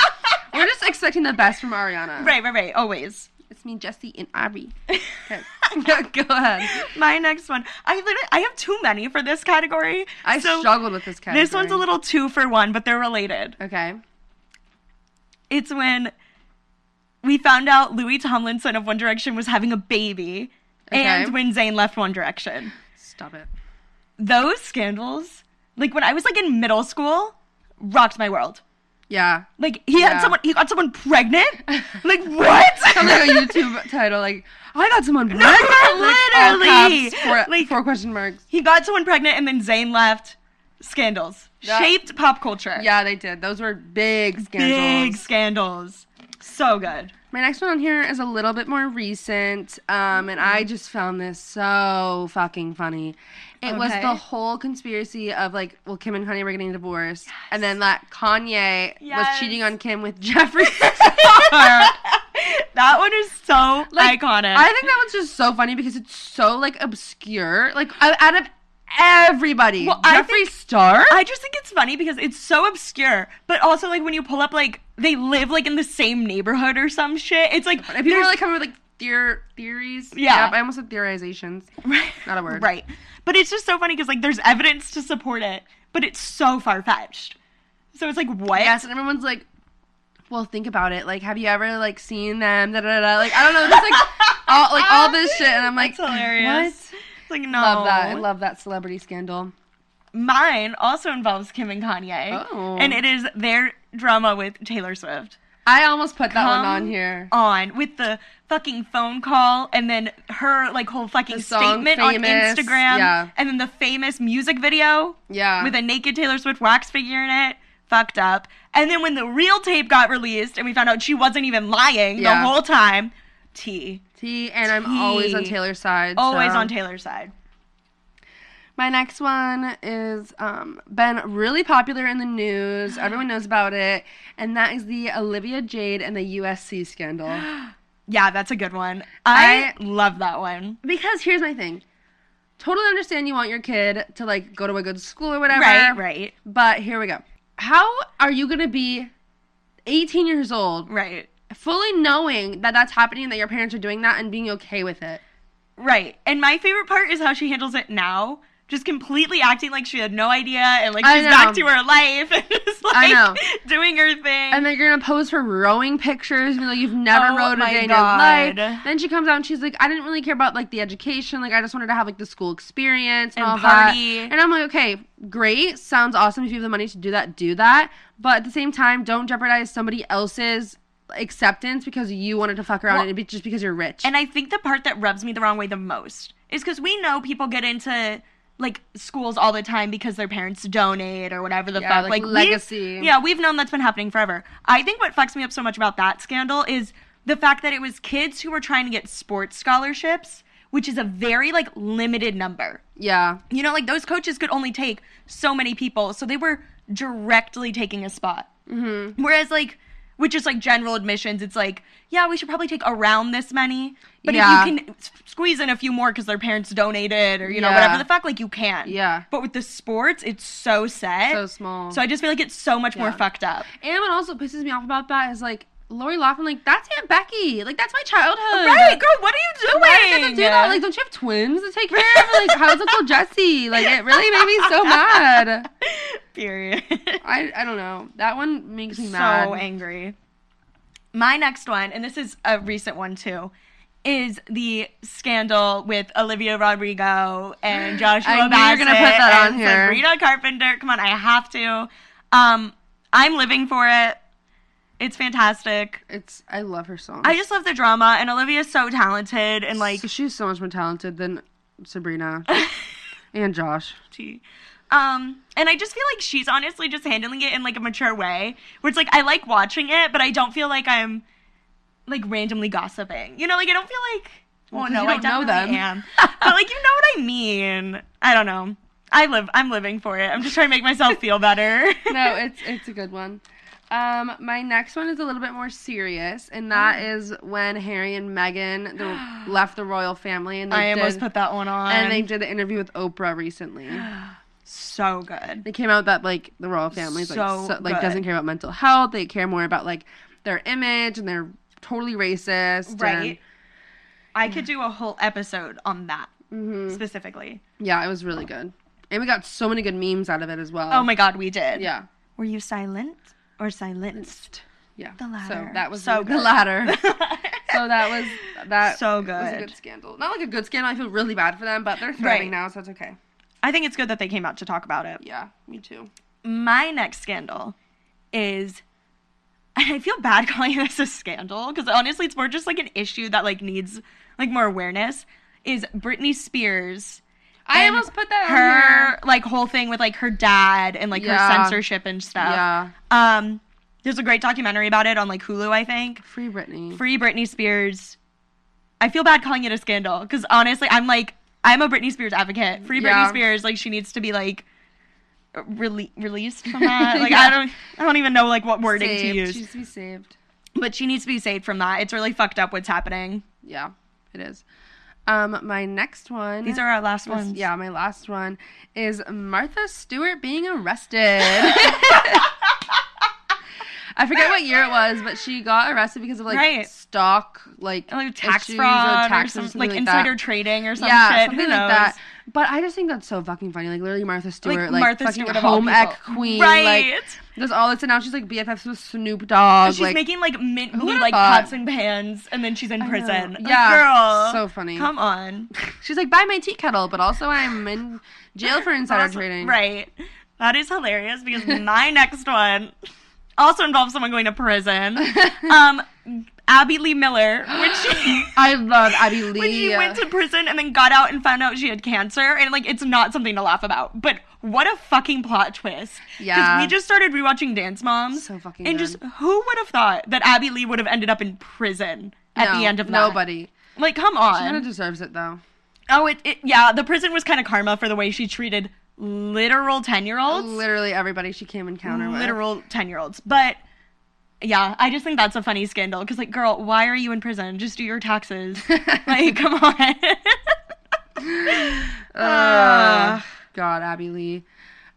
S2: we're just expecting the best from Ariana.
S3: right, right, right. Always.
S2: It's me, Jesse, and
S3: [laughs]
S2: Abby. Okay. [laughs] go ahead.
S3: My next one. I literally, I have too many for this category.
S2: I
S3: so
S2: struggled with this category.
S3: This one's a little two for one, but they're related.
S2: okay.
S3: It's when we found out Louis Tomlinson of One Direction was having a baby,
S2: Okay.
S3: and when Zayn left One Direction.
S2: Stop it.
S3: those scandals, like when I was like in middle school, rocked my world.
S2: Yeah.
S3: Like he had
S2: Yeah.
S3: someone, he got
S2: [laughs]
S3: someone pregnant. like what?
S2: Sounds like a
S3: [laughs]
S2: YouTube title. Like "Oh, I got someone pregnant.
S3: literally.
S2: Like, all caps, four,
S3: Like-
S2: four question marks.
S3: he got someone pregnant, and then Zayn left. Scandals
S2: That-
S3: shaped pop culture.
S2: Yeah, they did. Those were big scandals.
S3: big scandals. So good.
S2: My next one on here is a little bit more recent, um, and
S3: Mm-hmm.
S2: I just found this so fucking funny. It was
S3: Okay.
S2: the whole conspiracy of like, well, Kim and Kanye were getting divorced, and then that Kanye
S3: Yes.
S2: was cheating on Kim with Jeffree
S3: [laughs]
S2: Star.
S3: that one is so
S2: Like,
S3: iconic.
S2: I think that one's just so funny because it's so like obscure. Like o- out of everybody,
S3: Well, I
S2: Jeffree Star.
S3: I just think it's funny because it's so obscure, but also like when you pull up like they live like in the same neighborhood or some shit. It's like [laughs]
S2: And people were
S3: there's-
S2: like coming with like theor- theories.
S3: Yeah.
S2: Yep, I almost said theorizations.
S3: right,
S2: not a word.
S3: right? But it's just so funny because like there's evidence to support it, but it's so far fetched. So it's like what?
S2: Yes, and everyone's like, "Well, think about it. Like, have you ever like seen them? Da, da, da, da. Like, I don't know, just
S3: [laughs]
S2: like all like all this shit." And I'm like,
S3: That's hilarious. Oh.
S2: "What?
S3: It's like no,
S2: Love that. I love that celebrity scandal."
S3: Mine also involves Kim and Kanye,
S2: Oh.
S3: and it is their drama with Taylor Swift.
S2: I almost put that
S3: Come
S2: one on here.
S3: on with the fucking phone call and then her like whole fucking
S2: The song
S3: statement
S2: Famous,
S3: on Instagram
S2: yeah.
S3: and then the famous music video
S2: Yeah,
S3: with a naked Taylor Swift wax figure in it. Fucked up. And then when the real tape got released and we found out she wasn't even lying
S2: Yeah.
S3: the whole time, T.
S2: T, and I'm always on
S3: T.
S2: Taylor's side.
S3: Always
S2: so.
S3: on Taylor's side.
S2: My next one is um, been really popular in the news. Everyone knows about it, and that is the Olivia Jade and the USC
S3: [gasps]
S2: scandal. [gasps]
S3: Yeah, that's a good one. I,
S2: I-
S3: love that one.
S2: Because here's my thing. Totally understand you want your kid to like go to a good school or whatever.
S3: Right, right,
S2: But here we go. How are you going to be 18 years old,
S3: right.
S2: fully knowing that that's happening, that your parents are doing that, and being okay with it?
S3: Right. And my favorite part is how she handles it now. Just completely acting like she had no idea and like
S2: I
S3: she's back
S2: know.
S3: to her life [laughs] and just like
S2: I know.
S3: doing her thing.
S2: And then you're going to pose for rowing pictures and be like, you've never
S3: Oh
S2: rowed a
S3: my
S2: day in your
S3: God.
S2: life. Then she comes out and she's like, I didn't really care about like the education. Like, I just wanted to have like the school experience and,
S3: And
S2: all
S3: party.
S2: that. And I'm like, okay, great. Sounds awesome. If you have the money to do that, do that. But at the same time, don't jeopardize somebody else's acceptance because you wanted to fuck around
S3: Well,
S2: and be just because you're rich.
S3: and I think the part that rubs me the wrong way the most is because we know people get into like schools all the time because their parents donate or whatever the
S2: Yeah,
S3: fuck.
S2: like,
S3: Like, we've-
S2: legacy.
S3: yeah, we've known that's been happening forever. I think what fucks me up so much about that scandal is the fact that it was kids who were trying to get sports scholarships, which is a very like limited number.
S2: yeah.
S3: you know, like those coaches could only take so many people, so they were directly taking a spot. Mm-hmm. Whereas, like, with just like general admissions, it's like, yeah, we should probably take around this many, but
S2: Yeah.
S3: if you can s- squeeze in a few more because their parents donated or you know
S2: Yeah.
S3: whatever the fuck, like you can.
S2: Yeah.
S3: But with the sports, it's so set,
S2: So small.
S3: So I just feel like it's so much more
S2: Yeah.
S3: fucked up.
S2: And what also pisses me off about that is like Lori Laughlin, like that's Aunt Becky, like that's my childhood.
S3: Right, girl, what are you doing?
S2: Why did you have to do that? Like, don't you have twins to take care of? Like, how's Uncle Jesse? Like, it really made me so mad.
S3: [laughs] period. [laughs]
S2: I I don't know. That one makes me
S3: so
S2: mad.
S3: angry. My next one, and this is a recent one too, is the scandal with Olivia Rodrigo
S2: [gasps]
S3: and Joshua
S2: I knew you were
S3: Bassett
S2: gonna put that on
S3: and
S2: here.
S3: Sabrina Carpenter. Come on, I have to. Um, I'm living for it. It's fantastic.
S2: It's I love her song.
S3: I just love the drama, and Olivia's so talented and like
S2: she's so much more talented than
S3: [laughs]
S2: Sabrina and Josh.
S3: tea. Um, and I just feel like she's honestly just handling it in like a mature way, where it's like I like watching it, but I don't feel like I'm like randomly gossiping. You know, like I don't feel like. Well,
S2: 'cause
S3: no,
S2: you
S3: I
S2: don't know
S3: definitely
S2: them.
S3: am.
S2: [laughs]
S3: but like you know what I mean. I don't know. I live. I'm living for it. I'm just trying to make myself feel better.
S2: [laughs] No, it's it's a good one. Um, my next one is a little bit more serious, and that
S3: Mm.
S2: is when Harry and Meghan the, left the royal family, and they
S3: [laughs] I
S2: did,
S3: almost put that one on.
S2: and they did the interview with Oprah recently.
S3: so good.
S2: They came out that like the royal family's
S3: So
S2: like so, like
S3: good.
S2: doesn't care about mental health. They care more about like their image, and they're totally racist.
S3: Right. I could do a whole episode on that
S2: hmm
S3: specifically.
S2: Yeah, it was really good, and we got so many good memes out of it as well.
S3: Oh my god, we did.
S2: Yeah.
S3: Were you silent or silenced?
S2: Yeah.
S3: The
S2: So
S3: latter.
S2: that was
S3: So
S2: the, [laughs] the
S3: good.
S2: latter. so that was that
S3: So [laughs]
S2: was a
S3: good.
S2: good scandal. Not like a good scandal. I feel really bad for them, but they're thriving
S3: Right.
S2: now, so it's okay.
S3: I think it's good that they came out to talk about it.
S2: Yeah, me too.
S3: My next scandal is I feel bad [laughs] calling this a scandal because honestly, it's more just like an issue that like needs like more awareness. Is Britney Spears?
S2: I
S3: and
S2: almost put that
S3: her
S2: on here.
S3: like whole thing with like her dad and like
S2: Yeah.
S3: her censorship and stuff.
S2: Yeah,
S3: Um, there's a great documentary about it on like Hulu, I think.
S2: free Britney.
S3: Free Britney Spears. I feel bad calling it a scandal because honestly, I'm like, I'm a Britney Spears advocate. Free
S2: Yeah.
S3: Britney Spears, like, she needs to be like rele- released
S2: [laughs]
S3: from that. Like,
S2: Yeah.
S3: I don't, I don't even know like what wording
S2: saved.
S3: to use,
S2: She needs to be saved.
S3: but she needs to be saved from that. It's really fucked up what's happening.
S2: Yeah, it is. Um, my next one.
S3: These are our last
S2: This-
S3: ones.
S2: Yeah, my last one is Martha Stewart being
S3: [laughs]
S2: arrested. I forget what year it was, but she got arrested because of like
S3: Right.
S2: stock, like,
S3: Like Oh, tax
S2: issues
S3: fraud, or
S2: taxes,
S3: some,
S2: something
S3: like,
S2: that.
S3: insider trading or some
S2: yeah,
S3: shit.
S2: something
S3: Who
S2: like
S3: knows?
S2: that. But I just think that's so fucking funny. Like literally, Martha Stewart, like,
S3: Martha
S2: fucking
S3: Stewart of all
S2: home ec
S3: people.
S2: queen,
S3: Right.
S2: Like, does all this, and now she's like BFFs with Snoop Dogg.
S3: She's
S2: like,
S3: making like mint
S2: who
S3: blue
S2: would've
S3: like
S2: thought?
S3: pots and pans, and then she's in
S2: know.
S3: prison. Like,
S2: Yeah,
S3: girl,
S2: so funny.
S3: Come on,
S2: she's like, buy my tea kettle, but also I'm in jail
S3: [laughs]
S2: for insider
S3: Also-
S2: trading. [laughs]
S3: Right, that is hilarious because my next one also involves someone going
S2: [laughs]
S3: to prison. Um, Abby Lee Miller,
S2: [gasps]
S3: when she
S2: I love Abby Lee.
S3: when she went to prison and then got out and found out she had cancer, and like it's not something to laugh about, but what a fucking plot twist! 'Cause
S2: Yeah.
S3: we just started rewatching Dance Moms,
S2: So fucking
S3: and
S2: good.
S3: just who would have thought that Abby Lee would have ended up in prison at
S2: No,
S3: the end of that?
S2: nobody.
S3: Like, come
S2: She
S3: on.
S2: kind of deserves it though.
S3: Oh, it, it yeah, the prison was kind of karma for the way she treated literal 10-year-olds.
S2: Literally everybody she came encounter with.
S3: literal [laughs] 10-year-olds. But yeah, I just think that's a funny scandal cuz like girl, why are you in prison? Just do your taxes. [laughs] like, come on.
S2: [laughs]
S3: [laughs]
S2: Ugh. God, Abby Lee.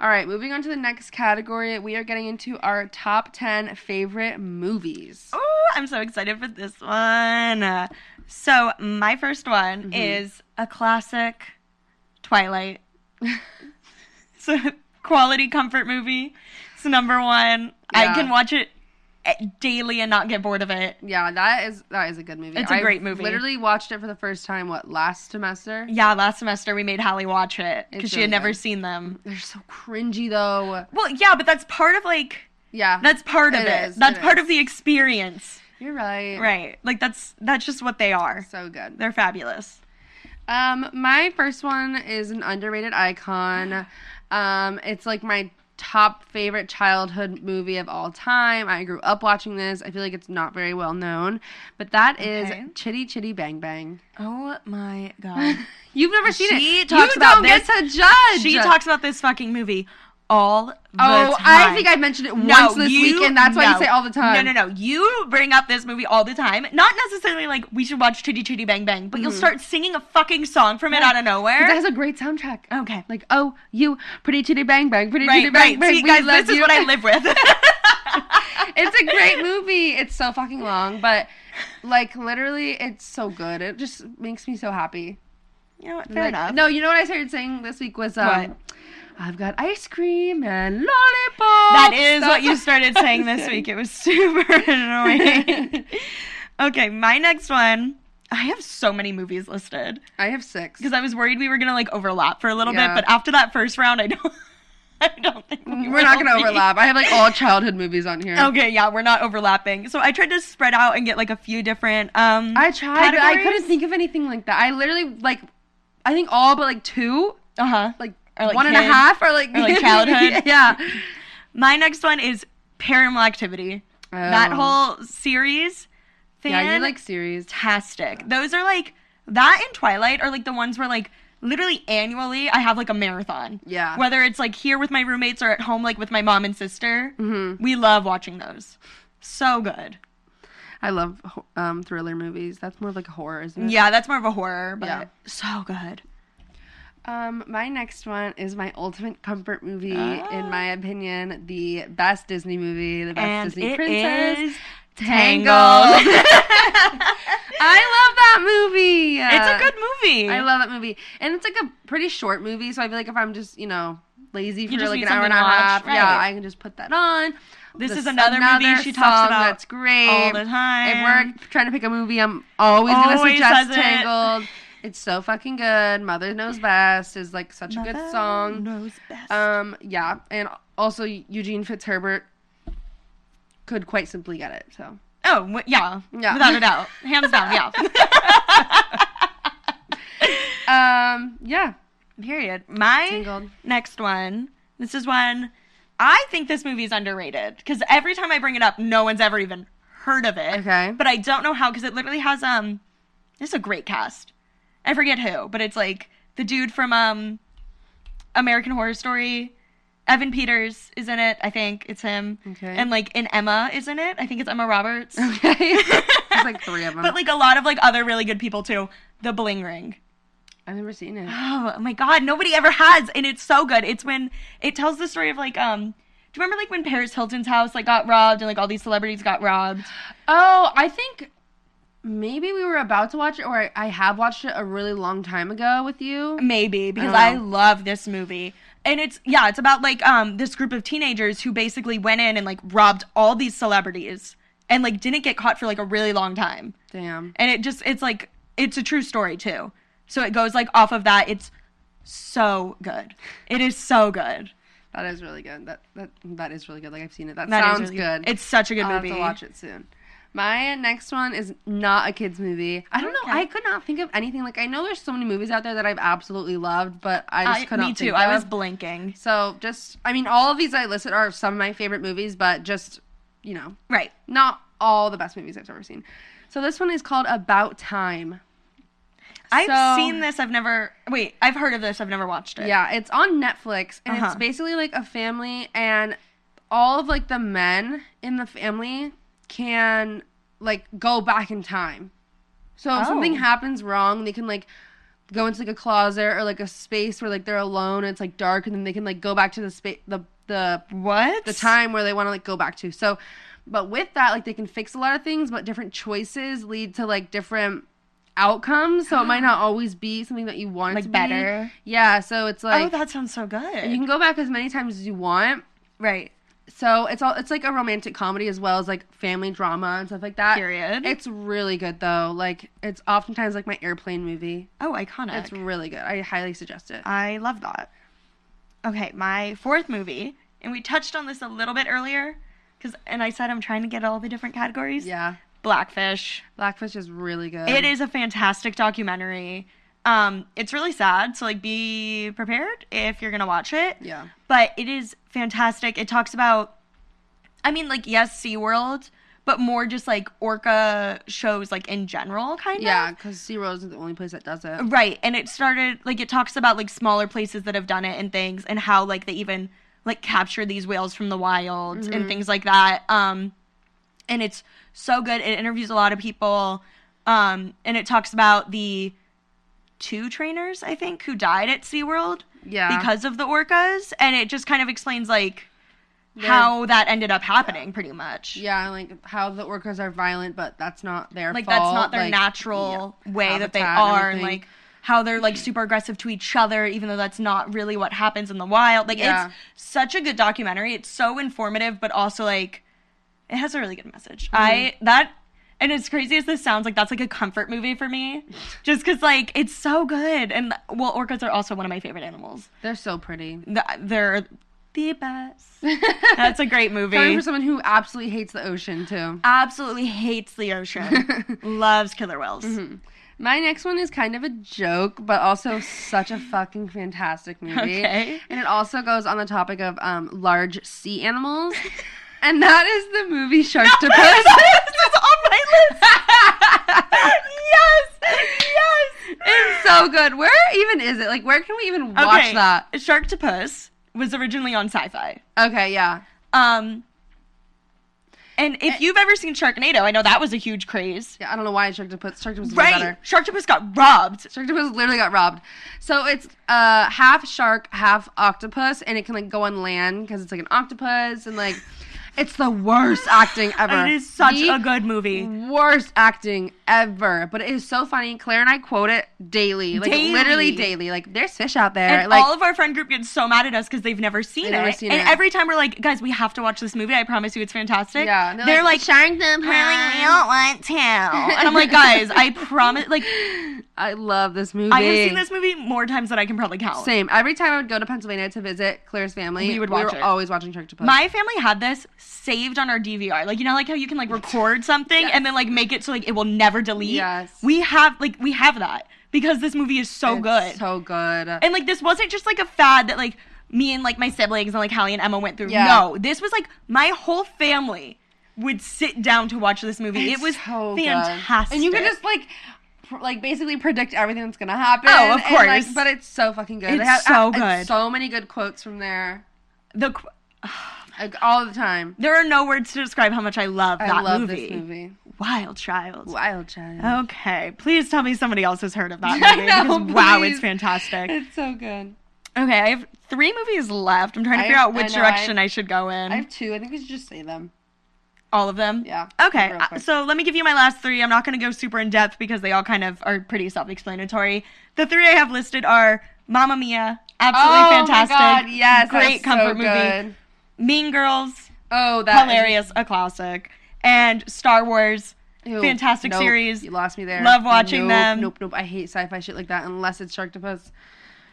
S2: All right, moving on to the next category. We are getting into our top ten favorite movies.
S3: oh, I'm so excited for this one. So, my first one
S2: Mm-hmm.
S3: is a classic Twilight. [laughs] it's a quality comfort movie. It's number 1.
S2: Yeah.
S3: I can watch it eh, daily and not get bored of it.
S2: Yeah, that is that is a good movie.
S3: It's a
S2: I
S3: great movie.
S2: Literally watched it for the first time what last semester.
S3: Yeah, last semester we made Hallie watch it because
S2: It's
S3: she had
S2: really
S3: never
S2: good.
S3: seen them.
S2: They're so cringy though.
S3: Well, yeah, but that's part of like
S2: Yeah,
S3: that's part of
S2: It
S3: it.
S2: is,
S3: That's
S2: it
S3: part
S2: is.
S3: of the experience,
S2: you're right.
S3: right? Like that's that's just what they are.
S2: So good.
S3: They're fabulous.
S2: Um, my first one is an underrated
S3: [gasps]
S2: icon. Um, it's like my top favorite childhood movie of all time. I grew up watching this. I feel like it's not very well known, but that is
S3: Okay.
S2: Chitty Chitty Bang Bang.
S3: Oh my god,
S2: You've never seen
S3: She
S2: it.
S3: talks
S2: you
S3: about
S2: don't
S3: this-
S2: get to judge.
S3: [laughs] she talks about this fucking movie all the time.
S2: Oh, I think I mentioned it once this
S3: you-
S2: week, and that's why you
S3: no.
S2: say all the time.
S3: No, no, no. You bring up this movie all the time. Not necessarily like we should watch Chitty Chitty Bang Bang, but
S2: Mm-hmm.
S3: you'll start singing a fucking song from it out of nowhere.
S2: That has a great soundtrack.
S3: okay.
S2: Like, oh, you pretty chitty bang bang, pretty chitty
S3: right,
S2: bang
S3: right.
S2: bang.
S3: See,
S2: we
S3: guys,
S2: love
S3: this is
S2: you.
S3: what I live with.
S2: [laughs] it's a great movie. It's so fucking long, but like literally, it's so good. It just makes me so happy.
S3: [laughs] You know what? Fair
S2: Like-
S3: enough.
S2: No, you know what I started saying this week was um,
S3: What?
S2: I've got ice cream and lollipops.
S3: that is what you
S2: That's-
S3: started saying this week. It was super [laughs]
S2: [laughs]
S3: annoying. okay, my next one. I have so many movies listed
S2: I have six.
S3: because I was worried we were gonna like overlap for a little
S2: Yeah.
S3: bit, but after that first round, I don't. [laughs] I don't think we
S2: We're not
S3: will
S2: gonna
S3: be.
S2: overlap. I have like all childhood movies on here.
S3: Okay, yeah, we're not overlapping. So I tried to spread out and get like a few different. Um,
S2: I tried, but I couldn't
S3: categories.
S2: think of anything like that. I literally like, I think all but like two,
S3: Uh-huh.
S2: like,
S3: Or, like,
S2: one and a
S3: kid.
S2: half, or like [laughs]
S3: Or, like, childhood.
S2: yeah.
S3: My next one is Paranormal Activity. That
S2: Oh.
S3: whole series.
S2: yeah, you
S3: fan-
S2: like series.
S3: fantastic. Those are like that and Twilight are like the ones where like literally annually I have like a marathon.
S2: Yeah.
S3: Whether it's like here with my roommates or at home like with my mom and sister,
S2: hmm
S3: we love watching those. So good.
S2: I love ho- um, thriller movies. That's more of like a horror, isn't it?
S3: Yeah, that's more of a horror, but
S2: Mm. Yeah.
S3: so good.
S2: Um, my next one is my ultimate comfort movie,
S3: Ah.
S2: in my opinion, the best Disney movie, the best
S3: and
S2: Disney
S3: it
S2: princess,
S3: is
S2: Tangled. [laughs] Uh,
S3: Tangled. [laughs]
S2: I love that movie. Uh,
S3: it's a good movie.
S2: I love that movie, and it's like a pretty short movie, so I feel like if I'm just you know lazy for
S3: just
S2: like
S3: need
S2: an hour and a
S3: something to watch,
S2: half, yeah,
S3: right.
S2: I can just put that on.
S3: This
S2: This-
S3: is another, movie she talks
S2: song
S3: about
S2: That's great.
S3: all the time.
S2: If we're trying to pick a movie, I'm always,
S3: Always
S2: gonna suggest
S3: says it.
S2: Tangled. It's so fucking good. Mother Knows Best is like such a good song.
S3: Knows best.
S2: Um, yeah, and also Eugene Fitzherbert could quite simply get it. So
S3: oh, w- yeah,
S2: Yeah.
S3: without
S2: [laughs]
S3: a doubt, hands down, yeah.
S2: um, yeah,
S3: Period. My
S2: Tangled. [laughs]
S3: next one. This is one. I think this movie is underrated because every time I bring it up, no one's ever even heard of it.
S2: Okay.
S3: But I don't know how because it literally has um. It's a great cast. I forget who, but it's like the dude from um, American Horror Story. Evan Peters is in it. I think it's him.
S2: Okay.
S3: And like in Emma is in it. I think it's Emma Roberts. [laughs]
S2: okay. There's like three of them.
S3: But like a lot of like other really good people too. The Bling Ring.
S2: I've never seen it.
S3: Oh my god, nobody ever has, and it's so good. It's when it tells the story of like um. Do you remember like when Paris Hilton's house like got robbed and like all these celebrities got robbed?
S2: Oh, I think maybe we were about to watch it, or I, I have watched it a really long time ago with you.
S3: Maybe because
S2: Oh.
S3: I love this movie. And it's yeah, it's about like um this group of teenagers who basically went in and like robbed all these celebrities and like didn't get caught for like a really long time.
S2: Damn.
S3: And it just it's like it's a true story too. So it goes like off of that. It's so good. It is so good.
S2: That is really good. That that that is really good. Like I've seen it. That,
S3: That is
S2: sounds
S3: really-
S2: good.
S3: It's such a good
S2: I'll
S3: movie.
S2: have to watch it soon. My next one is not a kids movie. I don't know.
S3: Okay.
S2: I could not think of anything. Like I know there's so many movies out there that I've absolutely loved, but I
S3: I-
S2: just could not.
S3: me
S2: think
S3: too. I
S2: of.
S3: was blinking.
S2: So just, I mean, all of these I listed are some of my favorite movies, but just, you know,
S3: Right.
S2: not all the best movies I've ever seen. So this one is called About Time.
S3: I've
S2: So-
S3: seen this. I've never. Wait. I've heard of this. I've never watched it.
S2: Yeah, it's on Netflix, and
S3: Uh-huh.
S2: it's basically like a family, and all of like the men in the family can like go back in time. So if something
S3: Oh.
S2: happens wrong, they can like go into like a closet or like a space where like they're alone and it's like dark, and then they can like go back to the space the the
S3: What?
S2: the time where they want to like go back to. So, but with that, like they can fix a lot of things, but different choices lead to like different outcomes. So it might
S3: [gasps]
S2: not always be something that you want it
S3: Like
S2: to be.
S3: better.
S2: Yeah. So it's like
S3: oh, that sounds so
S2: you
S3: good.
S2: can go back as many times as you want.
S3: Right.
S2: So it's all it's like a romantic comedy as well as like family drama and stuff like that.
S3: Period.
S2: It's really good though. Like it's oftentimes like my airplane movie.
S3: oh, iconic.
S2: It's really good. I highly suggest it.
S3: I love that. Okay, my fourth movie, and we touched on this a little bit earlier, because and I said I'm trying to get all the different categories.
S2: Yeah.
S3: Blackfish.
S2: Blackfish is really good.
S3: It is a fantastic documentary. Um, it's really sad, so like be prepared if you're gonna watch it.
S2: Yeah.
S3: But it is fantastic. It talks about I mean, like, yes, SeaWorld, but more just like orca shows like in general, kind of.
S2: Yeah, because SeaWorld isn't the only place that does it.
S3: Right. And it started like it talks about like smaller places that have done it and things and how like they even like capture these whales from the wild and things like that. Um and it's so good. It interviews a lot of people. Um and it talks about the two trainers, I think, who died at SeaWorld
S2: Yeah.
S3: because of the orcas. And it just kind of explains like how that ended up happening pretty much.
S2: Yeah, like how the orcas are violent, but that's not their
S3: like
S2: fault.
S3: that's not their
S2: like,
S3: natural
S2: yeah,
S3: way that they
S2: habitat and
S3: are and
S2: everything.
S3: like how they're like super aggressive to each other even though that's not really what happens in the wild like
S2: Yeah.
S3: it's such a good documentary it's so informative but also like it has a really good message
S2: Mm-hmm.
S3: i that and as crazy as this sounds like that's like a comfort movie for
S2: [laughs]
S3: me just because like it's so good and well orcas are also one of my favorite animals
S2: they're so
S3: [laughs]
S2: pretty.
S3: Th- they're the best that's a great movie
S2: Sorry for someone who absolutely hates the ocean too. [laughs]
S3: absolutely hates the ocean loves killer whales
S2: Mm-hmm.
S3: [laughs]
S2: My next one is kind of a joke, but also such a fucking fantastic movie.
S3: Okay.
S2: And it also goes on the topic of um, large sea animals, [laughs] and that is the movie Sharktopus.
S3: [laughs] That's on my list. [laughs] yes, yes.
S2: it's so good. Where even is it? Like, where can we even watch that?
S3: Sharktopus was originally on Sci-Fi.
S2: Okay, yeah.
S3: Um, and
S2: Eh.
S3: if you've ever seen Sharknado, I know that was a huge craze.
S2: Yeah, I don't know why Sharktopus. Sharktopus is way better.
S3: Right, Sharktopus got robbed.
S2: Sharktopus literally got robbed. So it's uh half shark, half octopus, and it can like go on land because it's like an octopus and like it's the worst acting ever.
S3: [laughs] It is such
S2: The
S3: a good movie.
S2: worst acting ever. But it is so funny. Claire and I quote it daily. Like
S3: Daily.
S2: literally daily. Like there's fish out there.
S3: And
S2: like
S3: all of our friend group gets so mad at us because they've never seen
S2: They've
S3: it.
S2: never seen
S3: and
S2: it.
S3: every time we're like, guys, we have to watch this movie. I promise you, it's fantastic.
S2: yeah,
S3: they're, like,
S2: shark them.
S3: [laughs]
S2: [laughs]
S3: Really, we don't want to. And I'm like, guys, I promise. Like,
S2: I love this movie.
S3: I have seen this movie more times than I can probably count.
S2: Same. Every time I would go to Pennsylvania to visit Claire's family,
S3: We would watch
S2: were
S3: it.
S2: always watching Sharktopus.
S3: My family had this saved on our DVR. Like you know, like how you can like record something and then like make it so like it will never delete.
S2: Yes.
S3: We have like we have that because this movie is so
S2: It's
S3: good.
S2: So good.
S3: and like this wasn't just like a fad that like me and like my siblings and like Hallie and Emma went through.
S2: Yeah.
S3: No, this was like my whole family would sit down to watch this movie.
S2: It's
S3: it was
S2: so good.
S3: fantastic.
S2: And you can just like, pr- like basically predict everything that's gonna happen.
S3: Oh, of
S2: and, like,
S3: course.
S2: but it's so fucking good. They
S3: It's so
S2: I-
S3: good.
S2: So many good quotes from there,
S3: the qu-
S2: like all the time.
S3: there are no words to describe how much I love that
S2: I love
S3: movie. Oh,
S2: this movie.
S3: Wild Child.
S2: Wild Child.
S3: Okay, please tell me somebody else has heard of that
S2: [laughs] I
S3: movie
S2: know,
S3: because wow,
S2: please.
S3: it's fantastic.
S2: It's so good.
S3: Okay, I have three movies left. I'm trying to
S2: I-
S3: figure out
S2: I
S3: which
S2: know, I-
S3: direction I, should go in.
S2: I have two. I think we should just say them.
S3: All of them.
S2: Yeah.
S3: Okay,
S2: real
S3: uh,
S2: quick.
S3: so let me give you my last three. I'm not going to go super in depth because they all kind of are pretty self-explanatory. The three I have listed are Mamma Mia, absolutely
S2: oh
S3: fantastic,
S2: My God, yes, that's
S3: great comfort
S2: so
S3: movie.
S2: good.
S3: Mean Girls,
S2: Oh, that is-
S3: hilarious, a classic, and Star Wars.
S2: Ew,
S3: Fantastic
S2: nope,
S3: series.
S2: You lost me there.
S3: Love watching
S2: nope,
S3: them.
S2: Nope, nope. I hate sci-fi shit like that unless it's Sharktopus.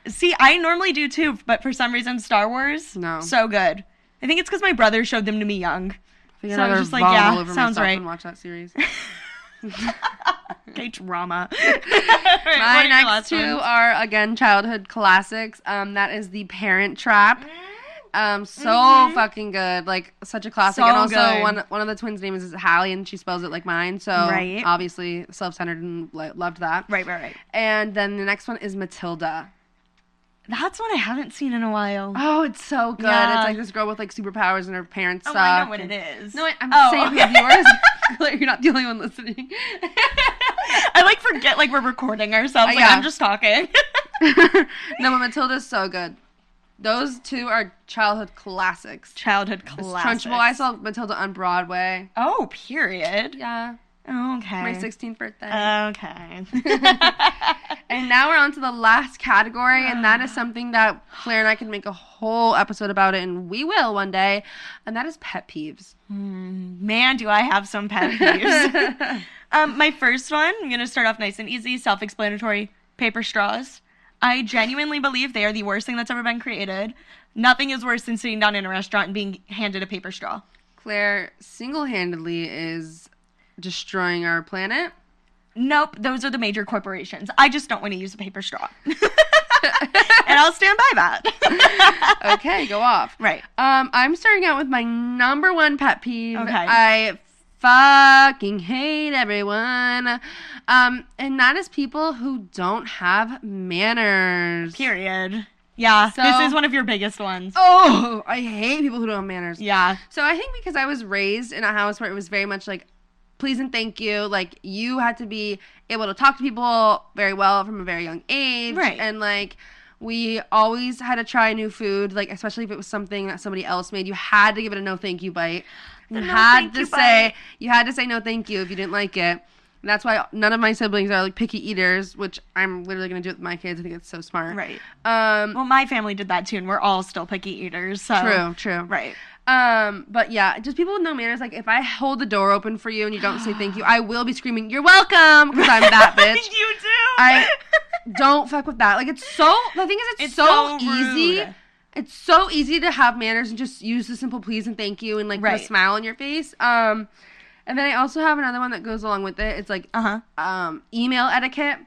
S3: See, I normally do too, but for some reason, Star Wars,
S2: No.
S3: so good. I think it's because my brother showed them to me young. [laughs]
S2: I
S3: So I was
S2: another
S3: just like,
S2: vom
S3: yeah,
S2: all over
S3: sounds
S2: myself
S3: right.
S2: And watch that series.
S3: Okay, drama. [laughs]
S2: My next two are again childhood classics. Um, that is the Parent Trap.
S3: Mm-hmm.
S2: Um, so fucking good, like such a classic.
S3: So
S2: and also
S3: good.
S2: one one of the twins' names is Hallie, and she spells it like mine. So
S3: Right.
S2: obviously self-centered and lo- loved that.
S3: Right, right, right.
S2: And then the next one is Matilda.
S3: That's one I haven't seen in a while.
S2: Oh, it's so good.
S3: Yeah.
S2: It's like this girl with like superpowers and her parents
S3: Oh,
S2: suck.
S3: I know what
S2: and-
S3: it is.
S2: No, I- I'm
S3: Oh,
S2: saying
S3: [laughs] okay.
S2: with yours. [laughs] Like, You're not the only one
S3: [laughs]
S2: listening. [laughs]
S3: I like forget like we're recording ourselves. Like
S2: Yeah.
S3: I'm just talking. [laughs]
S2: no, but Matilda's so good. Those two are childhood classics.
S3: Childhood
S2: Trunchbull. I saw Matilda on Broadway.
S3: Oh, period.
S2: Yeah,
S3: Okay. Uh,
S2: my 16th birthday.
S3: Okay.
S2: [laughs] and now we're on to the last category, and that
S3: Uh.
S2: is something that Claire and I can make a whole episode about it, and we will one day. And that is pet peeves.
S3: Man, do I have some
S2: [laughs]
S3: pet peeves. um, my first one, I'm gonna start off nice and easy, self-explanatory. Paper straws. I genuinely believe they are the worst thing that's ever been created. Nothing is worse than sitting down in a restaurant and being handed a paper straw.
S2: Claire single handedly is destroying our
S3: [laughs]
S2: planet.
S3: Nope, those are the major corporations. I just don't want to use a paper straw. [laughs] and I'll stand by that. [laughs]
S2: Okay, go off.
S3: right.
S2: Um, I'm starting out with my number one pet peeve.
S3: Okay.
S2: I fucking hate everyone. Um, and that is people who don't have manners.
S3: Period. Yeah,
S2: So-
S3: this is one of your biggest ones.
S2: Oh, I hate people who don't have manners.
S3: Yeah.
S2: So I think because I was raised in a house where it was very much like please and thank you, like you had to be able to talk to people very well from a very young age.
S3: Right.
S2: And like we always had to try new food, like especially if it was something that somebody else made, you had to give it a no thank you bite. You
S3: no
S2: had
S3: thank
S2: to
S3: you
S2: say
S3: bite.
S2: you had to say no thank you if you didn't like it. And that's why none of my siblings are like picky eaters, which I'm literally gonna do with my kids. I think it's so smart.
S3: Right.
S2: Um
S3: Well, my family did that too, and we're all still picky eaters. So.
S2: True, true.
S3: Right.
S2: Um, but yeah, just people with no manners. Like, if I hold the door open for you and you don't say thank you, I will be screaming, "You're welcome," because I'm
S3: [laughs]
S2: that bitch.
S3: you do. [laughs]
S2: I don't fuck with that. Like, it's so. The thing is, it's,
S3: It's
S2: so,
S3: so
S2: easy.
S3: rude.
S2: It's so easy to have manners and just use the simple please and thank you and like put
S3: Right.
S2: a smile on your face. Um, and then I also have another one that goes along with it. It's like
S3: Uh huh.
S2: um, email etiquette.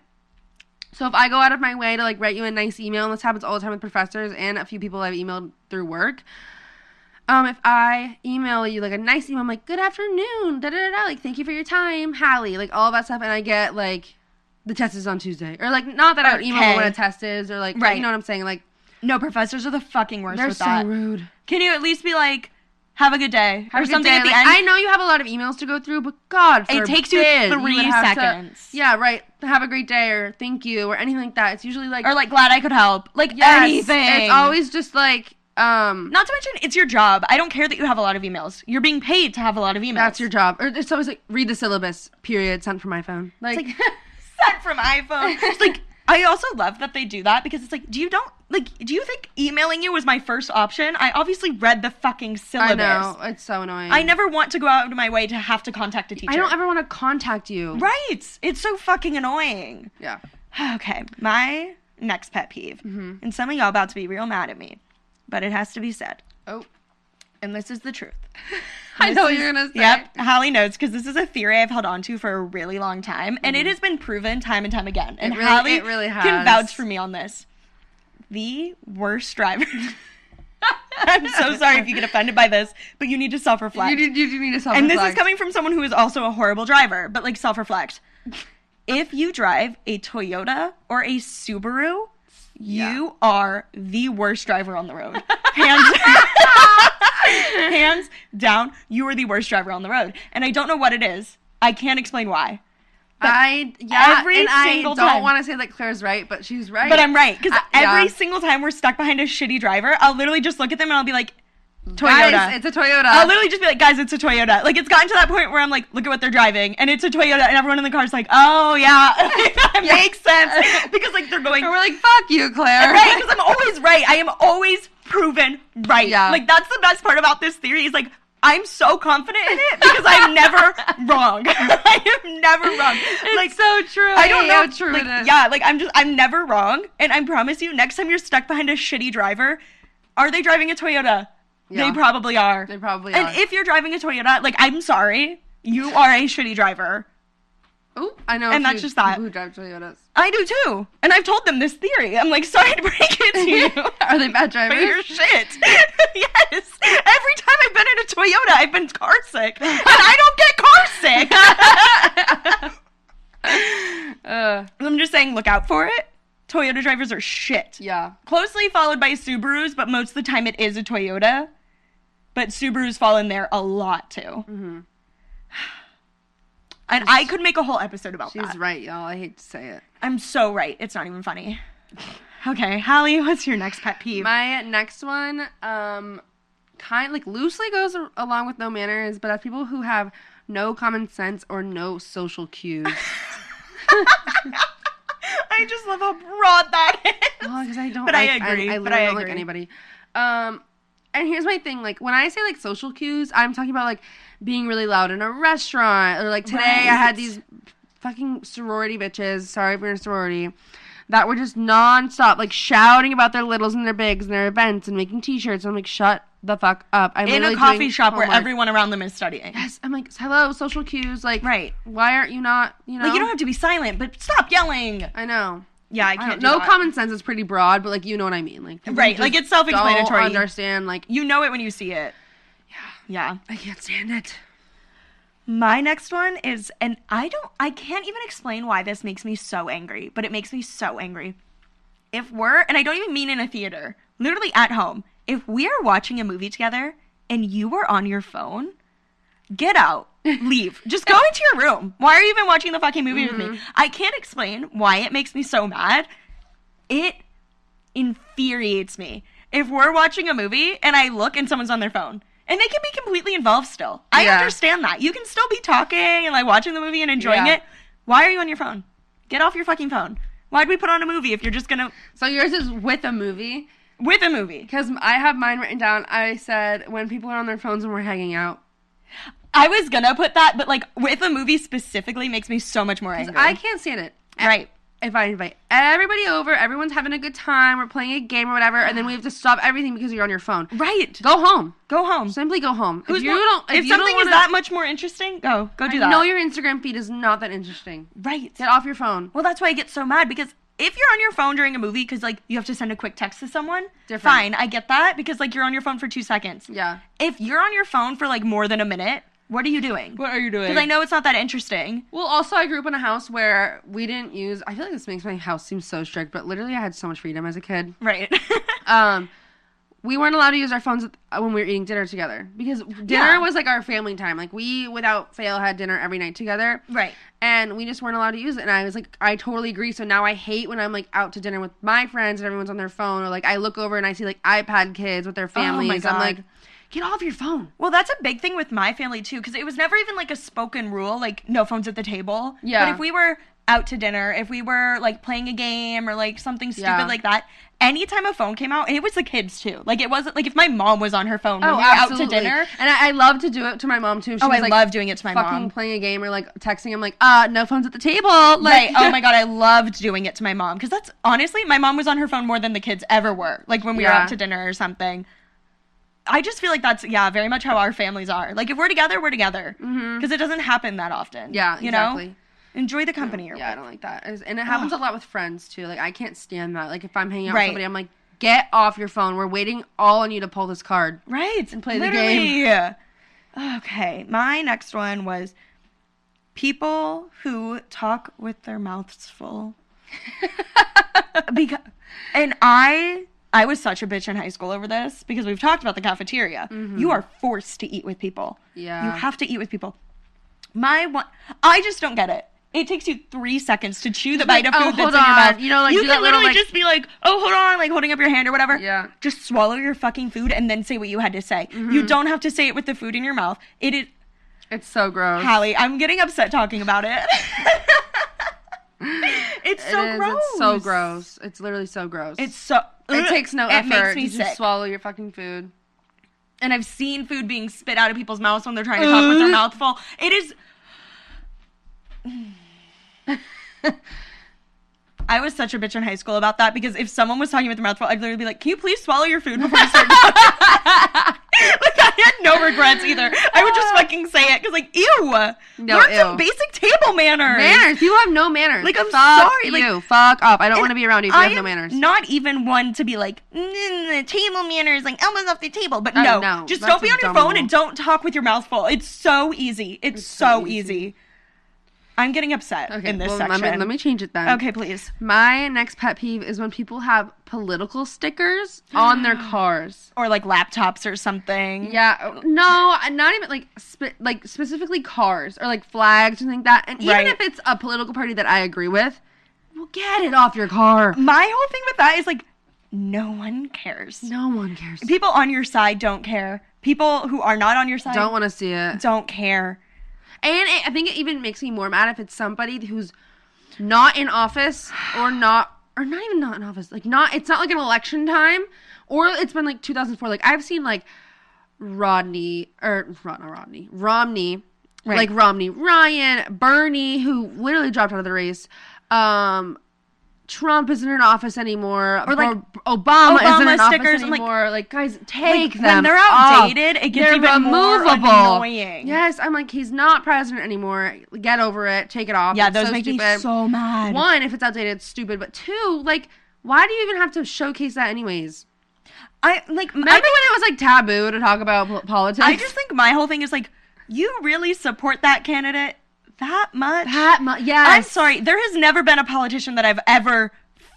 S2: So if I go out of my way to like write you a nice email, and this happens all the time with professors and a few people I've emailed through work. Um, if I email you like a nice email, I'm like, "Good afternoon," da da da, da, like, "Thank you for your time, Hallie," like all that stuff, and I get like, "The test is on Tuesday," or like, not that I would email
S3: Okay.
S2: when a test is, or like,
S3: Right.
S2: you know what I'm saying? Like,
S3: No, professors are the fucking worst
S2: they're
S3: with
S2: so
S3: that.
S2: rude.
S3: Can you at least be like, "Have a good day"
S2: Have
S3: or
S2: a good
S3: something
S2: day.
S3: at the
S2: Like,
S3: end?
S2: I know you have a lot of emails to go through, but God,
S3: It
S2: forbid
S3: takes you three
S2: would have to-
S3: seconds.
S2: yeah, right. Have a great day, or thank you, or anything like that. It's usually like
S3: or like, "Glad I could help." Like
S2: Yes,
S3: anything.
S2: It's always just like um
S3: Not to mention, it's your job. I don't care that you have a lot of emails. You're being paid to have a lot of emails.
S2: that's your job. Or it's always like read the syllabus. Period. Sent from my phone. Like,
S3: [laughs] like [laughs] sent from iPhone. It's like I also love that they do that because it's like, do you don't like? Do you think emailing you was my first option? I obviously reed the fucking syllabus.
S2: I know it's so annoying.
S3: I never want to go out of my way to have to contact a teacher.
S2: I don't ever want to contact you.
S3: Right. It's so fucking annoying. [sighs]
S2: Yeah.
S3: Okay, my next pet peeve,
S2: Mm-hmm.
S3: and some of y'all about to be real mad at me, but it has to be said,
S2: Oh,
S3: and this is the truth.
S2: [laughs] I
S3: This
S2: know what
S3: is-
S2: you're gonna say.
S3: Yep, Holly knows because this is a theory I've held on to for a really long time, and it has been proven time and time again. And
S2: really-
S3: Holly
S2: Mm-hmm. it really
S3: can
S2: has.
S3: vouch for me on this. The worst driver. [laughs] I'm so sorry if you get offended by this, but you need to self-reflect.
S2: You, do- you do need to self
S3: and this is coming from someone who is also a horrible driver, but like self-reflect. if you drive a Toyota or a Subaru, you are the worst driver on the road. Hands, [laughs] hands down, you are the worst driver on the road. And I don't know what it is. I can't explain why.
S2: I yeah,
S3: every
S2: and I
S3: single
S2: don't
S3: time.
S2: want to say that Claire's right, but she's right.
S3: But I'm right. Because
S2: Uh,
S3: every
S2: yeah.
S3: single time we're stuck behind a shitty driver, I'll literally just look at them and I'll be like, Toyota.
S2: Guys, it's a Toyota.
S3: I'll literally just be like, guys, it's a Toyota. Like, it's gotten to that point where I'm like, look at what they're driving, and it's a Toyota, and everyone in the car's like, oh yeah, [laughs] that makes sense because like they're going
S2: and [laughs] we're like, fuck you, Claire.
S3: right because I'm always right. I am always proven right.
S2: Yeah.
S3: Like that's the best part about this theory is like I'm so confident in it because
S2: [laughs]
S3: I'm never wrong. [laughs] I am never wrong.
S2: It's
S3: like
S2: so true.
S3: I don't
S2: hate
S3: know.
S2: how true
S3: like,
S2: it is.
S3: Yeah, like I'm just I'm never wrong, and I promise you, next time you're stuck behind a shitty driver, are they driving a Toyota?
S2: [laughs] Yeah.
S3: They probably are.
S2: They probably
S3: And
S2: are.
S3: if you're driving a Toyota, like I'm sorry, you are a shitty driver.
S2: Oh, I know.
S3: And
S2: a
S3: that's
S2: few
S3: just that.
S2: people Who drive
S3: [laughs]
S2: Toyotas? [laughs]
S3: I do too, and I've told them this theory. I'm like, sorry to break it
S2: [laughs]
S3: to you. [laughs]
S2: Are they bad
S3: But you're
S2: drivers?
S3: shit. [laughs] yes. Every time I've been in a Toyota, I've been car sick, and I don't get car
S2: [laughs]
S3: sick. [laughs]
S2: Uh,
S3: I'm just saying, look out for it. Toyota drivers are shit.
S2: yeah.
S3: closely followed by Subarus, but most of the time it is a Toyota. But Subarus fall in there a lot too.
S2: Mm-hmm.
S3: And I could make a whole episode about
S2: She's
S3: that.
S2: right, y'all. I hate to say it.
S3: I'm so right. It's not even funny. Okay, Hallie, what's your next pet peeve?
S2: My next one, um, kind like loosely goes a- along with no manners, but as people who have no common sense or no social cues.
S3: [laughs] I just love how broad that is.
S2: Well, because I don't.
S3: But I
S2: like,
S3: agree,
S2: I,
S3: but
S2: literally
S3: I
S2: don't like
S3: agree.
S2: anybody. Um, and here's my thing: like when I say like social cues, I'm talking about like being really loud in a restaurant, or like today I
S3: Right.
S2: had these fucking sorority bitches. Sorry if you're in a sorority. That were just nonstop, like shouting about their littles and their bigs and their events and making T-shirts. I'm like, shut the fuck up! I'm
S3: In a
S2: literally
S3: coffee
S2: doing
S3: shop where
S2: homework.
S3: everyone around them is studying.
S2: Yes, I'm like, hello, social cues. Like,
S3: Right.
S2: Why aren't you not? You know,
S3: Like, you don't have to be silent, but stop yelling.
S2: I know.
S3: Yeah, I
S2: I
S3: can't.
S2: don't-
S3: do
S2: no
S3: that.
S2: common sense is pretty broad, but like you know what I mean. Like people
S3: Right,
S2: just
S3: like, it's self-explanatory.
S2: Don't understand? Like
S3: You know it when you see it. Yeah. Yeah.
S2: I can't stand it.
S3: My next one is, and I don't, I can't even explain why this makes me so angry, but it makes me so angry. If we're, and I don't even mean in a theater, literally at home, if we are watching a movie together and you are on your phone, get out,
S2: [laughs]
S3: leave, just go into your room. Why are you even watching the fucking movie with
S2: Mm-hmm.
S3: me? I can't explain why it makes me so mad. It infuriates me if we're watching a movie and I look and someone's on their phone. And they can be completely involved still. I
S2: Yeah.
S3: understand that. You can still be talking and like watching the movie and enjoying
S2: Yeah.
S3: it. Why are you on your phone? Get off your fucking phone. Why'd we put on a movie if you're just gonna
S2: So yours is with a movie
S3: with a movie?
S2: because I have mine written down. I said when people are on their phones when we're hanging out.
S3: I was gonna put that, but like with a movie specifically makes me so much more angry.
S2: I can't stand it.
S3: right.
S2: If I invite everybody over, everyone's having a good time, we're playing a game or whatever, and then we have to stop everything because you're on your phone.
S3: Right. Go,
S2: Go home.
S3: home.
S2: Simply go home.
S3: Who's
S2: if you
S3: more-
S2: don't,
S3: if
S2: you
S3: something
S2: don't
S3: is
S2: wanna-
S3: that much more interesting, go. Go do
S2: I
S3: that.
S2: know your Instagram feed is not that interesting.
S3: right.
S2: Get off your phone.
S3: Well, that's why I get so mad because if you're on your phone during a movie, because like you have to send a quick text to someone,
S2: Different.
S3: fine, I get that because like you're on your phone for two seconds.
S2: Yeah.
S3: If you're on your phone for like more than a minute, what are you doing?
S2: What are you doing?
S3: Because I know it's not that interesting.
S2: Well, also, I grew up in a house where we didn't use. I feel like this makes my house seem so strict, but literally, I had so much freedom as a kid.
S3: Right.
S2: Um, we weren't allowed to use our phones uh, when we were eating dinner together because dinner
S3: Yeah.
S2: was like our family time. Like we, without fail, had dinner every night together,
S3: [laughs] right.
S2: and we just weren't allowed to use it. And I was like, I totally agree. So now I hate when I'm like out to dinner with my friends and everyone's on their phone, or like I look over and I see like iPad kids with their families.
S3: Oh my
S2: I'm like,
S3: God.
S2: Get off your phone.
S3: Well, that's a big thing with my family too, because it was never even like a spoken rule, like no phones at the table.
S2: Yeah.
S3: But if we were out to dinner, if we were like playing a game or like something stupid
S2: Yeah.
S3: like that, anytime a phone came out, and it was the kids too. Like it wasn't like if my mom was on her phone
S2: Oh,
S3: when we were Oh, out to dinner.
S2: And I, I love to do it to my mom too. She
S3: Oh,
S2: was,
S3: I
S2: like,
S3: love doing it to my
S2: fucking
S3: mom.
S2: playing a game or like texting. I'm like, uh, no phones at the table. [laughs] Like,
S3: Right. Oh my god, I loved doing it to my mom because that's honestly, my mom was on her phone more than the kids ever were. Like when we were
S2: Yeah.
S3: out to dinner or something. I just feel like that's yeah, very much how our families are. Like if we're together, we're together because it doesn't happen that often.
S2: Mm-hmm. yeah,
S3: you
S2: exactly.
S3: know, enjoy the company or
S2: Yeah, I
S3: whatever.
S2: don't like that. It's- And it happens a lot with friends too. Like I can't stand that. Like if I'm hanging out
S3: Right.
S2: with somebody, I'm like, get off your phone. We're waiting all on you to pull this card.
S3: right and
S2: play the
S3: Okay, my next one was people who talk with their mouths
S2: [laughs]
S3: full. because and I I was such a bitch in high school over this because we've talked about the cafeteria. You are forced to eat with people.
S2: Mm-hmm. Yeah.
S3: You have to eat with people. My one I just don't get it. It takes you three seconds to chew the bite of
S2: like,
S3: food
S2: "Oh,
S3: that's
S2: hold
S3: in your
S2: on."
S3: mouth.
S2: You know, like, do
S3: you can
S2: that little, like-
S3: literally just be like, "Oh, hold on," like holding up your hand or whatever.
S2: Yeah. Mm-hmm.
S3: Just swallow your fucking food and then say what you had to say. You don't have to say it with the food in your mouth. It is
S2: It's so gross.
S3: Hallie, I'm getting upset talking about it. [laughs] it's
S2: It
S3: so
S2: is.
S3: gross.
S2: It's so gross. It's literally so gross.
S3: It's so.
S2: it takes no effort.
S3: [laughs] It makes me
S2: to just
S3: sick.
S2: swallow your fucking food.
S3: and I've seen food being spit out of people's mouths when they're trying to talk with their
S2: Ugh.
S3: mouth full. It is. [sighs] I was such a bitch in high school about that because if someone was talking with their mouth full, I'd literally be like, "Can you please swallow your food before you
S2: [laughs]
S3: start?" talking?" [laughs] like I had no regrets either. I
S2: [laughs]
S3: would just fucking say it because, like, ew.
S2: No,
S3: Learn some
S2: ew.
S3: basic table manners.
S2: Manners. You have no manners.
S3: Like, I'm
S2: Fuck
S3: sorry, like-
S2: You fuck up. I don't
S3: And
S2: want to be around you if you
S3: I
S2: have no
S3: am
S2: manners.
S3: Not even one to be like "Mm, table manners, like elbows off the table. But
S2: Oh,
S3: no,
S2: no,
S3: just
S2: that's
S3: don't be on your phone
S2: abominable.
S3: and don't talk with your mouth full. It's so easy. It's, so,
S2: so
S3: easy.
S2: easy.
S3: I'm getting upset in this
S2: well, let me-
S3: section.
S2: Let me change it then.
S3: okay, please.
S2: My next pet peeve is when people have political stickers on [gasps] their cars.
S3: Or like laptops or something.
S2: Yeah, no, not even like spe- like specifically cars or like flags or something like that. And even
S3: Right.
S2: if it's a political party that I agree with, well, get it off your car.
S3: My whole thing with that is like, no one cares.
S2: No one cares.
S3: People on your side don't care. People who are not on your side
S2: Don't want to see it.
S3: don't care.
S2: And it, I think it even makes me more mad if it's somebody who's not in office or not or not even not in office. Like not it's not like an election time or it's been like 2004. Like I've seen like Rodney or not Rodney Romney,
S3: Right.
S2: like Romney Ryan Bernie who literally dropped out of the race. Um, Trump isn't in office anymore. Or
S3: like,
S2: Obama, isn't
S3: Obama
S2: in office
S3: stickers, I'm like-
S2: anymore. like, guys, take
S3: when
S2: them.
S3: they're
S2: off.
S3: outdated, it gets even more annoying.
S2: Yes, I'm like, he's not president anymore. Get over it. Take it off.
S3: Yeah,
S2: It's
S3: those
S2: so
S3: make me
S2: stupid.
S3: so mad.
S2: One, if it's outdated, it's stupid. But two, like, why do you even have to showcase that anyways?
S3: I like. I
S2: Remember when it was like taboo to talk about pol- politics?
S3: I just think my whole thing is like, you really support that candidate that much?
S2: that much. Yes.
S3: I'm sorry, there has never been a politician that I've ever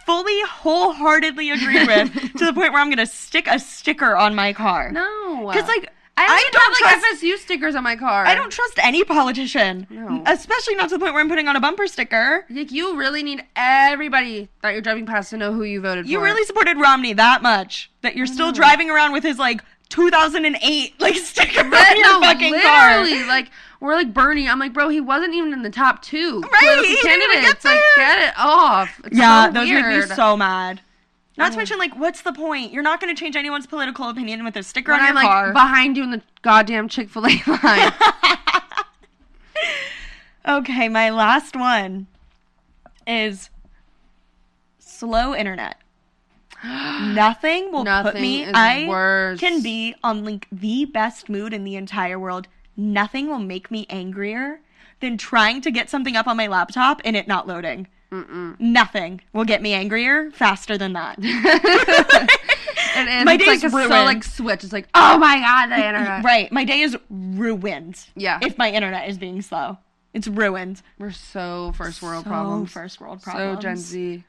S3: fully, wholeheartedly agreed with
S2: [laughs]
S3: to the point where I'm gonna stick a sticker on my car.
S2: No.
S3: because like
S2: I,
S3: I,
S2: don't even
S3: don't
S2: have
S3: trust.
S2: like FSU stickers on my car.
S3: I don't trust any politician,
S2: No.
S3: especially not to the point where I'm putting on a bumper sticker.
S2: Like, you really need everybody that you're driving past to know who you voted
S3: You
S2: for.
S3: really supported Romney that much that you're
S2: Mm.
S3: still driving around with his like 2008 like [laughs] sticker on your
S2: no,
S3: fucking car.
S2: literally, like we're like Bernie. I'm like, bro, he wasn't even in the top two.
S3: Right,
S2: political
S3: he didn't even
S2: candidates.
S3: get
S2: like,
S3: there.
S2: get it off. It's
S3: Yeah,
S2: so
S3: those
S2: weird. Oh.
S3: make me so mad. Not to mention, like, what's the point? You're not going to change anyone's political opinion with a sticker
S2: When
S3: on
S2: I'm
S3: your
S2: like
S3: car.
S2: behind you in the goddamn Chick Fil A [laughs]
S3: [laughs]
S2: line.
S3: okay, my last one is slow
S2: [gasps]
S3: internet. Nothing will put
S2: Nothing
S3: me.
S2: is
S3: I
S2: worse.
S3: can be on like the best mood in the entire world. Nothing will make me angrier than trying to get something up on my laptop and it not loading. Nothing will get me angrier faster
S2: [laughs]
S3: than that.
S2: It is.
S3: My
S2: it's
S3: day's
S2: like a
S3: ruined.
S2: so like switch. It's like, oh my god,
S3: [laughs]
S2: the internet.
S3: Right. My day is ruined.
S2: Yeah.
S3: If my internet is being slow, it's ruined.
S2: We're so first world
S3: So
S2: problems.
S3: First world
S2: So
S3: problems.
S2: Gen Z.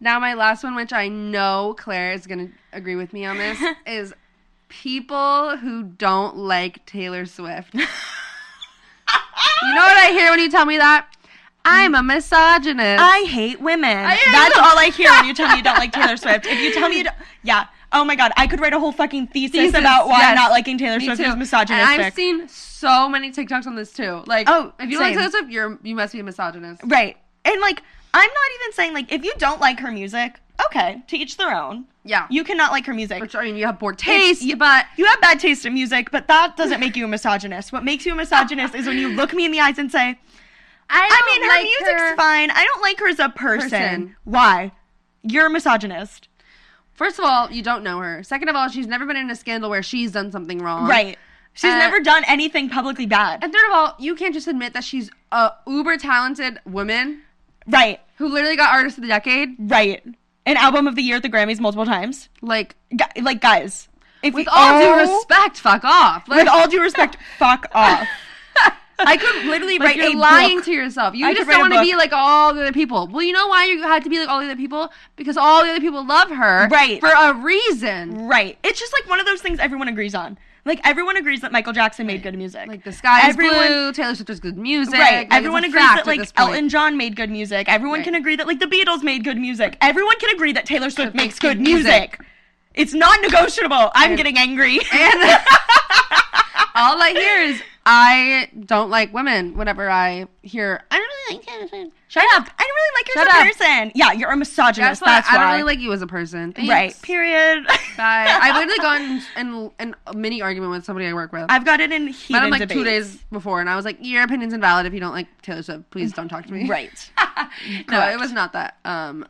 S2: Now my last one, which I know Claire is gonna agree with me on
S3: [laughs]
S2: this, is people who don't like Taylor Swift. You know what I hear when you tell me that? I'm a misogynist.
S3: I hate women.
S2: hate
S3: That's
S2: them. [laughs]
S3: all I hear when you tell me you don't like Taylor Swift. If you tell me, you don't, yeah. Oh my god, I could write a whole fucking thesis,
S2: Thesis,
S3: about why
S2: yes.
S3: not liking Taylor
S2: Me
S3: Swift
S2: too.
S3: is misogynistic.
S2: And I've seen so many TikToks on this too. Like,
S3: Oh,
S2: if you like
S3: same.
S2: Taylor Swift, you're you must be a misogynist.
S3: right. And like, I'm not even saying like if you don't like her music, okay, to each their own.
S2: Yeah.
S3: You cannot like her music.
S2: Which I mean, you have poor
S3: It's-
S2: taste, but
S3: you have bad taste in music, but that doesn't make you a misogynist. What makes you a misogynist is when you look me in the eyes and say,
S2: I,
S3: I
S2: don't
S3: mean, her
S2: like
S3: music's
S2: her-
S3: fine. I don't like her as a person.
S2: Person.
S3: Why? You're a misogynist.
S2: First of all, you don't know her. Second of all, she's never been in a scandal where she's done something wrong.
S3: Right. She's
S2: Uh,
S3: never done anything publicly bad.
S2: And third of all, you can't just admit that she's a uber talented woman
S3: Right.
S2: who literally got artist of the decade.
S3: Right. An album of the year at the Grammys multiple times.
S2: Like,
S3: Gu- like, guys. If
S2: with
S3: you-
S2: all
S3: Oh,
S2: due respect, fuck off. Like,
S3: With all
S2: [laughs]
S3: due respect, fuck off. I could literally
S2: like
S3: write
S2: you're
S3: a
S2: lying
S3: book.
S2: to yourself. You
S3: I
S2: just
S3: could write
S2: don't want
S3: a
S2: to be
S3: book.
S2: like all the other people. Well, you know why you had to be like all the other people because all the other people love her,
S3: Right.
S2: For a reason.
S3: Right. It's just like one of those things everyone agrees on. Like everyone agrees that Michael Jackson made good music.
S2: Like the sky is
S3: Everyone-
S2: blue. Taylor Swift is good music.
S3: Right.
S2: Like, it's
S3: Everyone
S2: a
S3: agrees
S2: fact
S3: that
S2: at
S3: like
S2: this point. [laughs]
S3: Elton John made good music. Everyone
S2: Right.
S3: can agree that like the Beatles made good music. Everyone can agree that Taylor Swift
S2: Swift
S3: makes
S2: makes
S3: good
S2: good music.
S3: music. It's non-negotiable. I'm
S2: And-
S3: getting angry.
S2: [laughs] And all I hear is I don't like women. Whenever I hear, I don't really like Taylor Swift. Shut up.
S3: I don't really
S2: Shut
S3: like her
S2: up.
S3: as a person. Yeah, you're a misogynist.
S2: Guess what?
S3: That's
S2: I don't
S3: why.
S2: really like you as a person. Thanks.
S3: right. Period.
S2: Bye. I've literally gotten in, in a mini argument with somebody I work with.
S3: [laughs] I've gotten in heated
S2: met him like two
S3: debates.
S2: days before, and I was like, "Your opinion's invalid if you don't like Taylor Swift. Please don't talk to me."
S3: [laughs] Mm-hmm. Right.
S2: [laughs] no,
S3: Correct.
S2: it was not that. Um,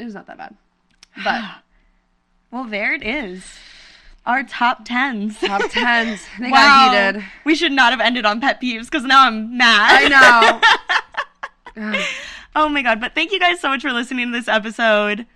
S2: it was not that bad. But
S3: Well, there it is. Our top
S2: [laughs]
S3: tens.
S2: top
S3: [laughs]
S2: tens, they
S3: Wow.
S2: got heated.
S3: We should not have ended on pet peeves because now I'm mad.
S2: I
S3: [laughs]
S2: know. [laughs] Ugh.
S3: oh my god! But thank you guys so much for listening to this episode.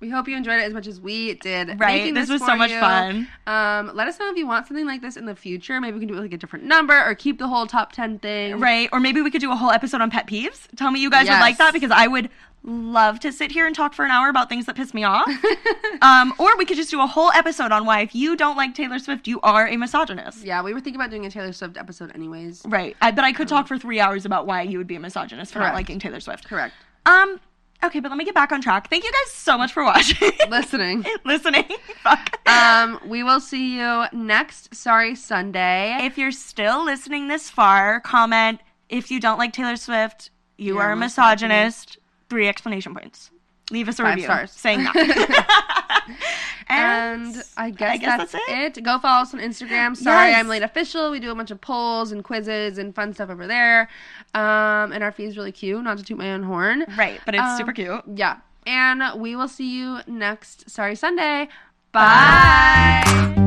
S2: We hope you enjoyed it as much as we did.
S3: Right,
S2: making
S3: this was
S2: for
S3: so much
S2: you.
S3: fun.
S2: Um, let us know if you want something like this in the future. Maybe we can do it with, like a different number or keep the whole top ten thing.
S3: Right? Or maybe we could do a whole episode on pet peeves. Tell me you guys would
S2: Yes.
S3: like that because I would love to sit here and talk for an hour about things that piss
S2: [laughs]
S3: me off. um, or we could just do a whole episode on why if you don't like Taylor Swift, you are a misogynist.
S2: Yeah, we were thinking about doing a Taylor Swift episode, anyways.
S3: Right. I bet I could talk for three hours about why you would be a misogynist for not
S2: Correct.
S3: liking Taylor Swift.
S2: Correct.
S3: Um, okay, but let me get back on track. Thank you guys so much for
S2: [laughs]
S3: watching. [laughs]
S2: Listening.
S3: Listening. Fuck.
S2: um, we will see you next. Sorry, Sunday.
S3: if you're still listening this far, comment if you don't like Taylor Swift, you
S2: You're
S3: are a
S2: a
S3: misogynist. Three explanation points. Leave us a
S2: Five
S3: review
S2: stars. [laughs]
S3: saying [laughs] that.
S2: And I guess, that's, it. Go follow us on Instagram. Sorry,
S3: Yes.
S2: I'm late official. We do a bunch of polls and quizzes and fun stuff over there. Um, and our feed is really cute, not to toot my own horn.
S3: Right, but it's
S2: Um,
S3: super cute.
S2: Yeah. And we will see you next Sorry Sunday. Bye.